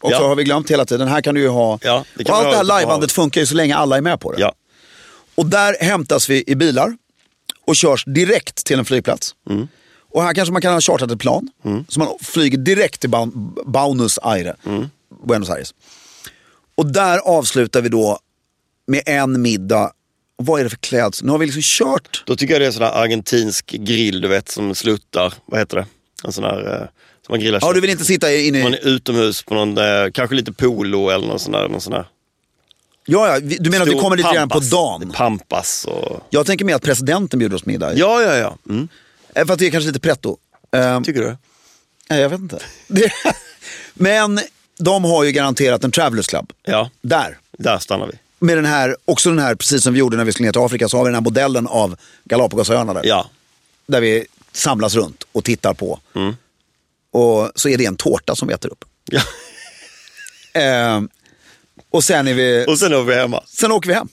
[SPEAKER 1] Och
[SPEAKER 2] Ja.
[SPEAKER 1] så har vi glömt hela tiden, här kan du ju ha...
[SPEAKER 2] Ja, det kan
[SPEAKER 1] och
[SPEAKER 2] man
[SPEAKER 1] allt det här
[SPEAKER 2] ha ute på
[SPEAKER 1] lajbandet
[SPEAKER 2] havet.
[SPEAKER 1] funkar ju så länge alla är med på det.
[SPEAKER 2] Ja.
[SPEAKER 1] Och där hämtas vi i bilar och körs direkt till en flygplats.
[SPEAKER 2] Mm.
[SPEAKER 1] Och här kanske man kan ha chartrat ett plan. Så man flyger direkt till Ban- Buenos Aires.
[SPEAKER 2] Mm.
[SPEAKER 1] Buenos Aires. Och där avslutar vi då med en middag. Och vad är det för klädsel? Nu har vi liksom kört.
[SPEAKER 2] Då tycker jag det är sån här argentinsk grill, du vet, som sluttar. Vad heter det? En sån här... eh, Som man grillar
[SPEAKER 1] Ja,
[SPEAKER 2] kött.
[SPEAKER 1] du vill inte sitta inne
[SPEAKER 2] Man
[SPEAKER 1] i...
[SPEAKER 2] är utomhus på någon, eh, kanske lite polo eller någon sån där. Någon sån där
[SPEAKER 1] Ja, ja, vi- du menar att vi
[SPEAKER 2] stor
[SPEAKER 1] kommer dit redan på
[SPEAKER 2] pampas.
[SPEAKER 1] dagen?
[SPEAKER 2] Pampas och...
[SPEAKER 1] Jag tänker mer att presidenten bjuder oss middag.
[SPEAKER 2] Ja, ja, ja. Mm.
[SPEAKER 1] Eh, För att det är kanske lite pretto. Ehm,
[SPEAKER 2] Tycker du?
[SPEAKER 1] nej, jag vet inte. Det... Men de har ju garanterat en Travelers Club.
[SPEAKER 2] Ja,
[SPEAKER 1] Där.
[SPEAKER 2] där stannar vi.
[SPEAKER 1] med den här, också den här, precis som vi gjorde när vi skulle ner till Afrika, så har vi den här modellen av Galapagosöarna där.
[SPEAKER 2] Ja,
[SPEAKER 1] Där vi samlas runt och tittar på.
[SPEAKER 2] Mm.
[SPEAKER 1] Och så är det en tårta som vi äter upp.
[SPEAKER 2] Ja.
[SPEAKER 1] Ehm, och sen är vi,
[SPEAKER 2] och sen är vi hemma.
[SPEAKER 1] sen åker vi hem.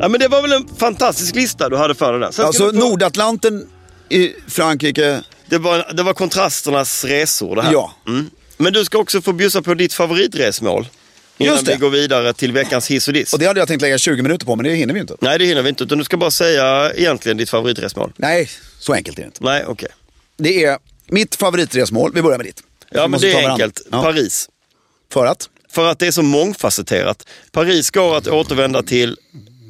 [SPEAKER 2] Ja, men det var väl en fantastisk lista du hade för dig där. Sen ska
[SPEAKER 1] Alltså
[SPEAKER 2] du få-
[SPEAKER 1] Nordatlanten i Frankrike.
[SPEAKER 2] det, var, det var kontrasternas resor det här.
[SPEAKER 1] Ja.
[SPEAKER 2] Mm. Men du ska också få bjussa på ditt favoritresmål. Innan
[SPEAKER 1] Just det.
[SPEAKER 2] vi går vidare till veckans hiss och diss.
[SPEAKER 1] Och det hade jag tänkt lägga 20 minuter på, men det hinner vi inte.
[SPEAKER 2] Nej, det hinner vi inte. Utan du ska bara säga egentligen ditt favoritresmål.
[SPEAKER 1] Nej, så enkelt är det inte.
[SPEAKER 2] Nej, okej.
[SPEAKER 1] Det är mitt favoritresmål, vi börjar med ditt.
[SPEAKER 2] Ja,
[SPEAKER 1] Vi
[SPEAKER 2] men
[SPEAKER 1] måste
[SPEAKER 2] det
[SPEAKER 1] ta
[SPEAKER 2] är
[SPEAKER 1] varandra.
[SPEAKER 2] enkelt.
[SPEAKER 1] Ja.
[SPEAKER 2] Paris.
[SPEAKER 1] För att?
[SPEAKER 2] För att det är så mångfacetterat. Paris går att återvända till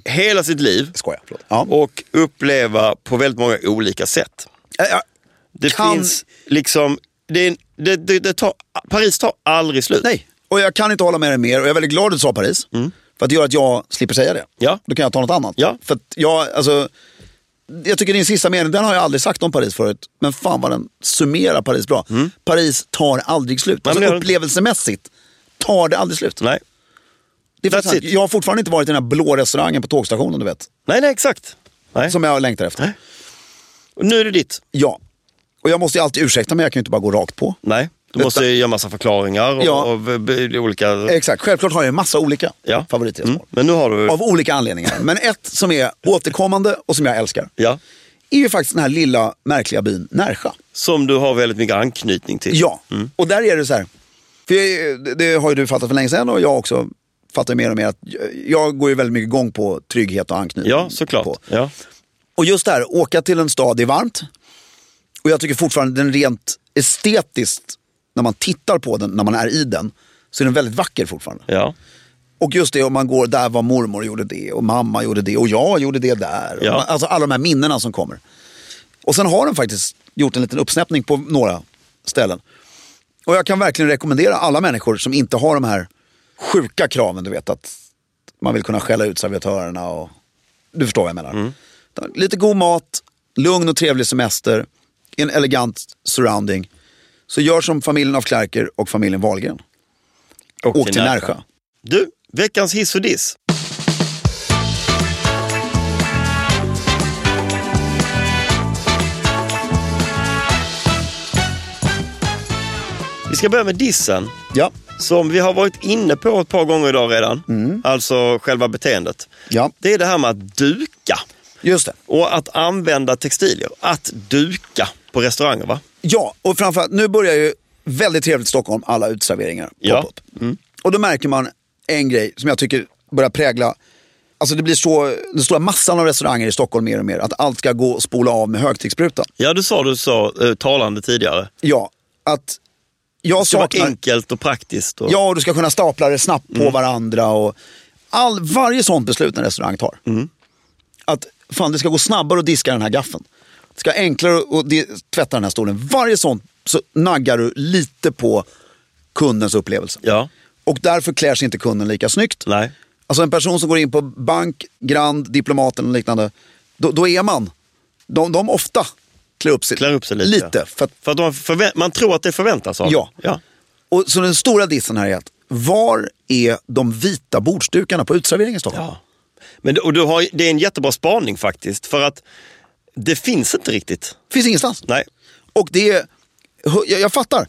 [SPEAKER 2] hela sitt liv
[SPEAKER 1] Skoja, förlåt. Ja.
[SPEAKER 2] och uppleva på väldigt många olika sätt.
[SPEAKER 1] Äh, ja.
[SPEAKER 2] Det
[SPEAKER 1] Kan-
[SPEAKER 2] finns liksom... Det, är en- det, det, det tar, Paris tar aldrig slut.
[SPEAKER 1] Nej, och jag kan inte hålla med dig mer. Och jag är väldigt glad att du sa Paris. För att det gör att jag slipper säga det.
[SPEAKER 2] Mm. Ja.
[SPEAKER 1] Då kan jag ta något annat.
[SPEAKER 2] Ja.
[SPEAKER 1] För att jag, alltså, jag tycker din sista mening, den har jag aldrig sagt om Paris förut. Men fan vad den summerar Paris bra. Paris tar aldrig slut.
[SPEAKER 2] Mm. men
[SPEAKER 1] Alltså
[SPEAKER 2] det gör det.
[SPEAKER 1] upplevelsemässigt tar det aldrig slut.
[SPEAKER 2] Nej.
[SPEAKER 1] det är
[SPEAKER 2] that's
[SPEAKER 1] faktiskt sant.
[SPEAKER 2] it.
[SPEAKER 1] jag har fortfarande inte varit i den här blå restaurangen på tågstationen du vet.
[SPEAKER 2] nej, nej, exakt. Nej.
[SPEAKER 1] Som jag längtar efter.
[SPEAKER 2] Nej. Och Nu är det ditt.
[SPEAKER 1] Ja. Och jag måste ju alltid ursäkta mig, jag kan ju inte bara gå rakt på.
[SPEAKER 2] Nej, du
[SPEAKER 1] Detta-
[SPEAKER 2] måste ju göra massa förklaringar och,
[SPEAKER 1] Ja.
[SPEAKER 2] och b- b- olika...
[SPEAKER 1] Exakt, självklart har jag en massa olika
[SPEAKER 2] Ja.
[SPEAKER 1] favoritresmål.
[SPEAKER 2] Mm. Men nu har du...
[SPEAKER 1] Av olika anledningar. Men ett som är återkommande och som jag älskar.
[SPEAKER 2] Ja.
[SPEAKER 1] Är ju faktiskt den här lilla märkliga byn Närsjö.
[SPEAKER 2] Som du har väldigt mycket anknytning till.
[SPEAKER 1] Ja, och där är det så här. För jag, det- det har ju du fattat för länge sedan och jag också fattar ju mer och mer att jag- jag går ju väldigt mycket igång på trygghet och anknytning.
[SPEAKER 2] Ja, såklart.
[SPEAKER 1] På.
[SPEAKER 2] Ja.
[SPEAKER 1] Och just det här, åka till en stad, det är varmt. Och jag tycker fortfarande den rent estetiskt, när man tittar på den, när man är i den, så är den väldigt vacker fortfarande.
[SPEAKER 2] Ja.
[SPEAKER 1] Och just det, om man går, där var mormor gjorde det och mamma gjorde det och jag gjorde det där.
[SPEAKER 2] Ja.
[SPEAKER 1] Och man- Alltså alla de här minnena som kommer. Och sen har den faktiskt gjort en liten uppsnäppning på några ställen. Och jag kan verkligen rekommendera alla människor som inte har de här sjuka kraven, du vet att man vill kunna skälla ut servitörerna och du förstår vad jag menar. Lite god mat, lugn och trevlig semester, i en elegant surrounding. Så gör som familjen av Klerker och familjen Wahlgren.
[SPEAKER 2] Och
[SPEAKER 1] Åk till Närsjö.
[SPEAKER 2] Du, veckans hiss och diss. Vi ska börja med dissen.
[SPEAKER 1] Ja.
[SPEAKER 2] Som vi har varit inne på ett par gånger idag redan. Alltså själva beteendet.
[SPEAKER 1] Mm. Ja.
[SPEAKER 2] Det är det här med att duka.
[SPEAKER 1] Just det.
[SPEAKER 2] Och att använda textilier. Att duka på restauranger va?
[SPEAKER 1] Ja, och framförallt nu börjar ju väldigt trevligt Stockholm, alla utserveringar.
[SPEAKER 2] Ja.
[SPEAKER 1] Pop-up. Mm. Och då märker man en grej som jag tycker börjar prägla, alltså det blir så, den stora massan av restauranger i Stockholm mer och mer, att allt ska gå och spola av med högtryckssprutan.
[SPEAKER 2] Ja, du sa du sa eh, talande tidigare.
[SPEAKER 1] Ja, att jag
[SPEAKER 2] Det var
[SPEAKER 1] saknar...
[SPEAKER 2] enkelt och praktiskt. Och...
[SPEAKER 1] Ja, och du ska kunna stapla det snabbt på
[SPEAKER 2] Mm.
[SPEAKER 1] varandra och all, varje sånt beslut en restaurang tar.
[SPEAKER 2] Mm.
[SPEAKER 1] Att fan, det ska gå snabbare att diska den här gaffeln. Det ska vara enklare att- att di- tvätta den här stolen. Varje sånt så naggar du lite på kundens upplevelse.
[SPEAKER 2] Ja.
[SPEAKER 1] Och därför klär sig inte kunden lika snyggt.
[SPEAKER 2] Nej.
[SPEAKER 1] Alltså en person som går in på bank, Grand, Diplomaten och liknande, då, då är man, de, de ofta klär upp sig,
[SPEAKER 2] Klär upp sig lite.
[SPEAKER 1] lite för att
[SPEAKER 2] För att man, förvä- man tror att det förväntas av
[SPEAKER 1] Ja.
[SPEAKER 2] ja.
[SPEAKER 1] Och så den stora dissen här är att var är de vita bordsdukarna på utserveringen i Stockholm?
[SPEAKER 2] ja. Men, det- och du har, det är en jättebra spaning faktiskt. För att det finns inte riktigt.
[SPEAKER 1] Finns ingenstans.
[SPEAKER 2] Nej.
[SPEAKER 1] Och det är, jag, jag fattar.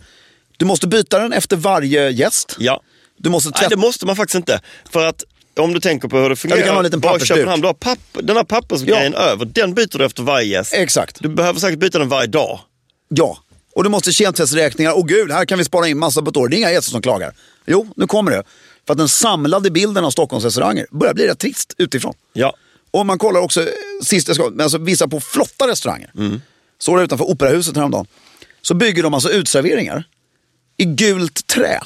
[SPEAKER 1] Du måste byta den efter varje gäst.
[SPEAKER 2] Ja.
[SPEAKER 1] Du måste tvätta.
[SPEAKER 2] Nej, det måste man faktiskt inte. För att om du tänker på hur det fungerar.
[SPEAKER 1] kan vara en liten
[SPEAKER 2] bara i
[SPEAKER 1] pappersduk.
[SPEAKER 2] Köpenhamn, du har papp, den här pappersgrejen över, den byter du efter varje gäst.
[SPEAKER 1] Exakt.
[SPEAKER 2] Du behöver säkert byta den varje dag.
[SPEAKER 1] Ja. Och du måste kemtvättsräkningar. Åh gud, här kan vi spara in massa på ett år. Det är inga gäster som klagar. Jo, nu kommer det. För att den samlade bilden av Stockholms restauranger börjar bli rätt trist utifrån.
[SPEAKER 2] Ja.
[SPEAKER 1] Och man kollar också, eh, sist jag ska, men alltså vissa på flotta restauranger.
[SPEAKER 2] Mm.
[SPEAKER 1] Såg det utanför operahuset häromdagen. Så bygger de alltså utserveringar i gult trä.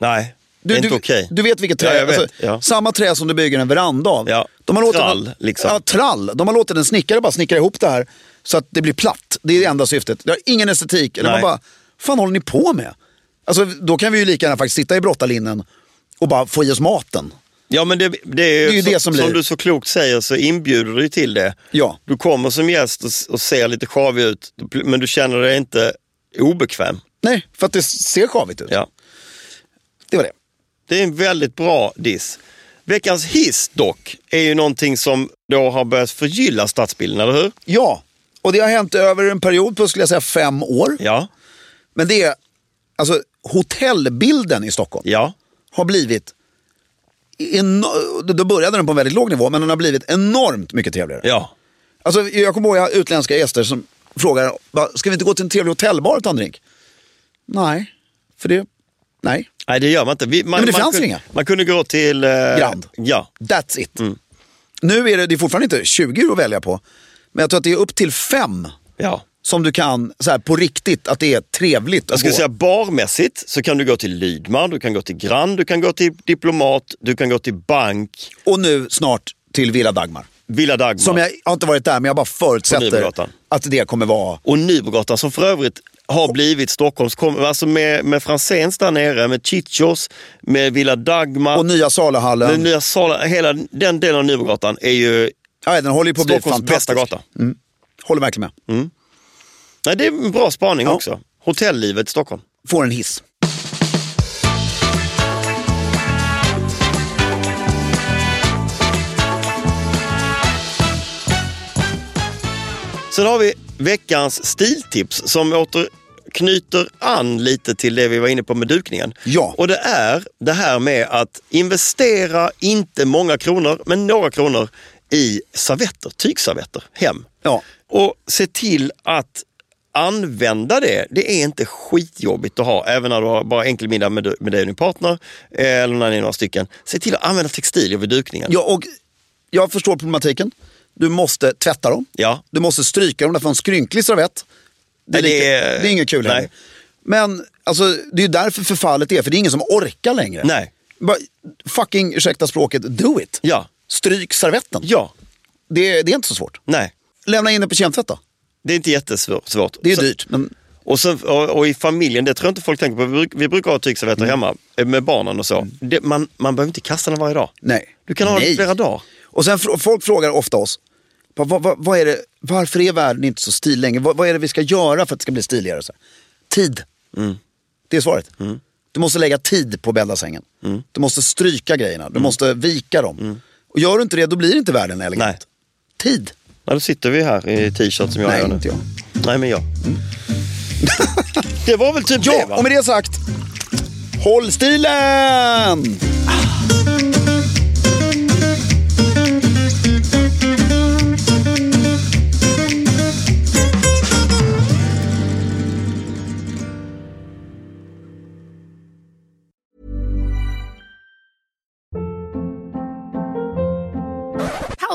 [SPEAKER 2] Nej, det är inte
[SPEAKER 1] du,
[SPEAKER 2] okej.
[SPEAKER 1] du vet vilket trä,
[SPEAKER 2] Ja, jag vet.
[SPEAKER 1] Alltså,
[SPEAKER 2] ja.
[SPEAKER 1] samma trä som du bygger en veranda av.
[SPEAKER 2] Ja,
[SPEAKER 1] låtit-
[SPEAKER 2] trall, liksom.
[SPEAKER 1] Ja, trall. De har låtit en snickare bara snickra ihop det här så att det blir platt. Det är det enda syftet. Det har ingen estetik. Eller
[SPEAKER 2] Nej.
[SPEAKER 1] man bara, fan håller ni på med? Alltså, då kan vi ju lika gärna faktiskt sitta i brottalinnen och bara få i oss maten.
[SPEAKER 2] Ja, men det, det är,
[SPEAKER 1] är ju
[SPEAKER 2] så,
[SPEAKER 1] det som blir.
[SPEAKER 2] du så klokt säger så inbjuder du ju till det.
[SPEAKER 1] Ja.
[SPEAKER 2] Du kommer som gäst och, s- och ser lite sjavig ut, men du känner dig inte obekväm.
[SPEAKER 1] Nej, för att det ser skavigt ut.
[SPEAKER 2] Ja.
[SPEAKER 1] Det var det.
[SPEAKER 2] Det är en väldigt bra diss. Veckans hiss dock, är ju någonting som då har börjat förgylla stadsbilden, eller hur?
[SPEAKER 1] Ja, och det har hänt över en period på skulle jag säga fem år.
[SPEAKER 2] Ja,
[SPEAKER 1] Men det är, alltså hotellbilden i Stockholm
[SPEAKER 2] ja,
[SPEAKER 1] har blivit, eno- då började den på en väldigt låg nivå, men den har blivit enormt mycket trevligare.
[SPEAKER 2] ja.
[SPEAKER 1] Alltså, jag kommer ihåg jag har utländska gäster som frågar, "Va, ska vi inte gå till en trevlig hotellbar och ta en drink? Nej, för det, nej,
[SPEAKER 2] Nej, det gör man inte. Vi, man,
[SPEAKER 1] men det
[SPEAKER 2] man,
[SPEAKER 1] fanns
[SPEAKER 2] kunde,
[SPEAKER 1] inga.
[SPEAKER 2] man kunde gå till... Eh,
[SPEAKER 1] Grand.
[SPEAKER 2] Ja,
[SPEAKER 1] that's it.
[SPEAKER 2] Mm.
[SPEAKER 1] Nu är det, det är fortfarande inte 20 euro att välja på, men jag tror att det är upp till fem
[SPEAKER 2] ja.
[SPEAKER 1] som du kan, så här, på riktigt, att det är trevligt
[SPEAKER 2] Jag
[SPEAKER 1] att
[SPEAKER 2] skulle
[SPEAKER 1] gå.
[SPEAKER 2] säga barmässigt så kan du gå till Lydman, du kan gå till Grand, du kan gå till Diplomat, du kan gå till Bank,
[SPEAKER 1] Och nu snart till Villa Dagmar.
[SPEAKER 2] Villa Dagmar.
[SPEAKER 1] Som jag, jag har inte varit där, men jag bara
[SPEAKER 2] På
[SPEAKER 1] förutsätter
[SPEAKER 2] Nybrogatan.
[SPEAKER 1] att det kommer vara...
[SPEAKER 2] Och Nybrogatan som för övrigt har blivit Stockholms kom- alltså med, med Franzéns där nere, med Chichos, med Villa Dagmar,
[SPEAKER 1] Och nya
[SPEAKER 2] den
[SPEAKER 1] saluhallen.
[SPEAKER 2] nya salen, hela den delen av Nybrogatan är ju
[SPEAKER 1] Ja, den håller ju på att bli
[SPEAKER 2] Stockholms
[SPEAKER 1] fantastisk. Mm.
[SPEAKER 2] bästa gata. Mm.
[SPEAKER 1] Håller verkligen med.
[SPEAKER 2] Nej, det är en bra spaning också. Hotelllivet i Stockholm.
[SPEAKER 1] Får en hiss.
[SPEAKER 2] Sen har vi veckans stiltips som åter knyter an lite till det vi var inne på med dukningen.
[SPEAKER 1] Ja.
[SPEAKER 2] Och det är det här med att investera inte många kronor, men några kronor i servetter, tygservetter hem.
[SPEAKER 1] Ja.
[SPEAKER 2] Och se till att använda det. Det är inte skitjobbigt att ha, även när du har bara enkel middag med, du- med dig och din partner, eh, eller när ni är några stycken. Se till att använda textilier vid dukningen.
[SPEAKER 1] Ja, och jag förstår problematiken. Du måste tvätta dem.
[SPEAKER 2] Ja.
[SPEAKER 1] Du måste stryka dem därför en skrynklig servett. Det är,
[SPEAKER 2] Nej, det
[SPEAKER 1] lika,
[SPEAKER 2] är-
[SPEAKER 1] det är inget kul
[SPEAKER 2] nej.
[SPEAKER 1] längre. Men alltså, det är ju därför förfallet är, för det är ingen som orkar längre.
[SPEAKER 2] Nej.
[SPEAKER 1] Bara, fucking, ursäkta språket, do it.
[SPEAKER 2] Ja.
[SPEAKER 1] Stryk servetten.
[SPEAKER 2] Ja,
[SPEAKER 1] Det, det är inte så svårt.
[SPEAKER 2] nej.
[SPEAKER 1] Lämna in det på kemtvätt då.
[SPEAKER 2] Det är inte jättesvårt. svårt.
[SPEAKER 1] Det är ju
[SPEAKER 2] Så-
[SPEAKER 1] dyrt, men
[SPEAKER 2] Och, sen, och, och i familjen, det tror jag inte folk tänker på. Vi, bruk- vi brukar ha tygservetter
[SPEAKER 1] Mm.
[SPEAKER 2] hemma eh, med barnen och så. Det, man, man behöver inte kasta den varje dag.
[SPEAKER 1] nej.
[SPEAKER 2] Du kan ha
[SPEAKER 1] nej.
[SPEAKER 2] den flera dagar.
[SPEAKER 1] Och sen fr- folk frågar ofta oss, vad, vad, vad, vad är det, varför är världen inte så stil längre? Vad, vad är det vi ska göra för att det ska bli stiligare? Så här, tid.
[SPEAKER 2] Mm.
[SPEAKER 1] Det är svaret. Du måste lägga tid på bäddsängen.
[SPEAKER 2] Mm.
[SPEAKER 1] Du måste stryka grejerna, du måste vika dem. Och gör du inte det, då blir inte världen elegant. Tid.
[SPEAKER 2] Ja, då sitter vi här i t-shirt som jag
[SPEAKER 1] Nej,
[SPEAKER 2] gör nu.
[SPEAKER 1] inte jag. Mm.
[SPEAKER 2] Nej, men jag. det var väl typ det
[SPEAKER 1] Ja,
[SPEAKER 2] va?
[SPEAKER 1] och med det sagt, håll stilen!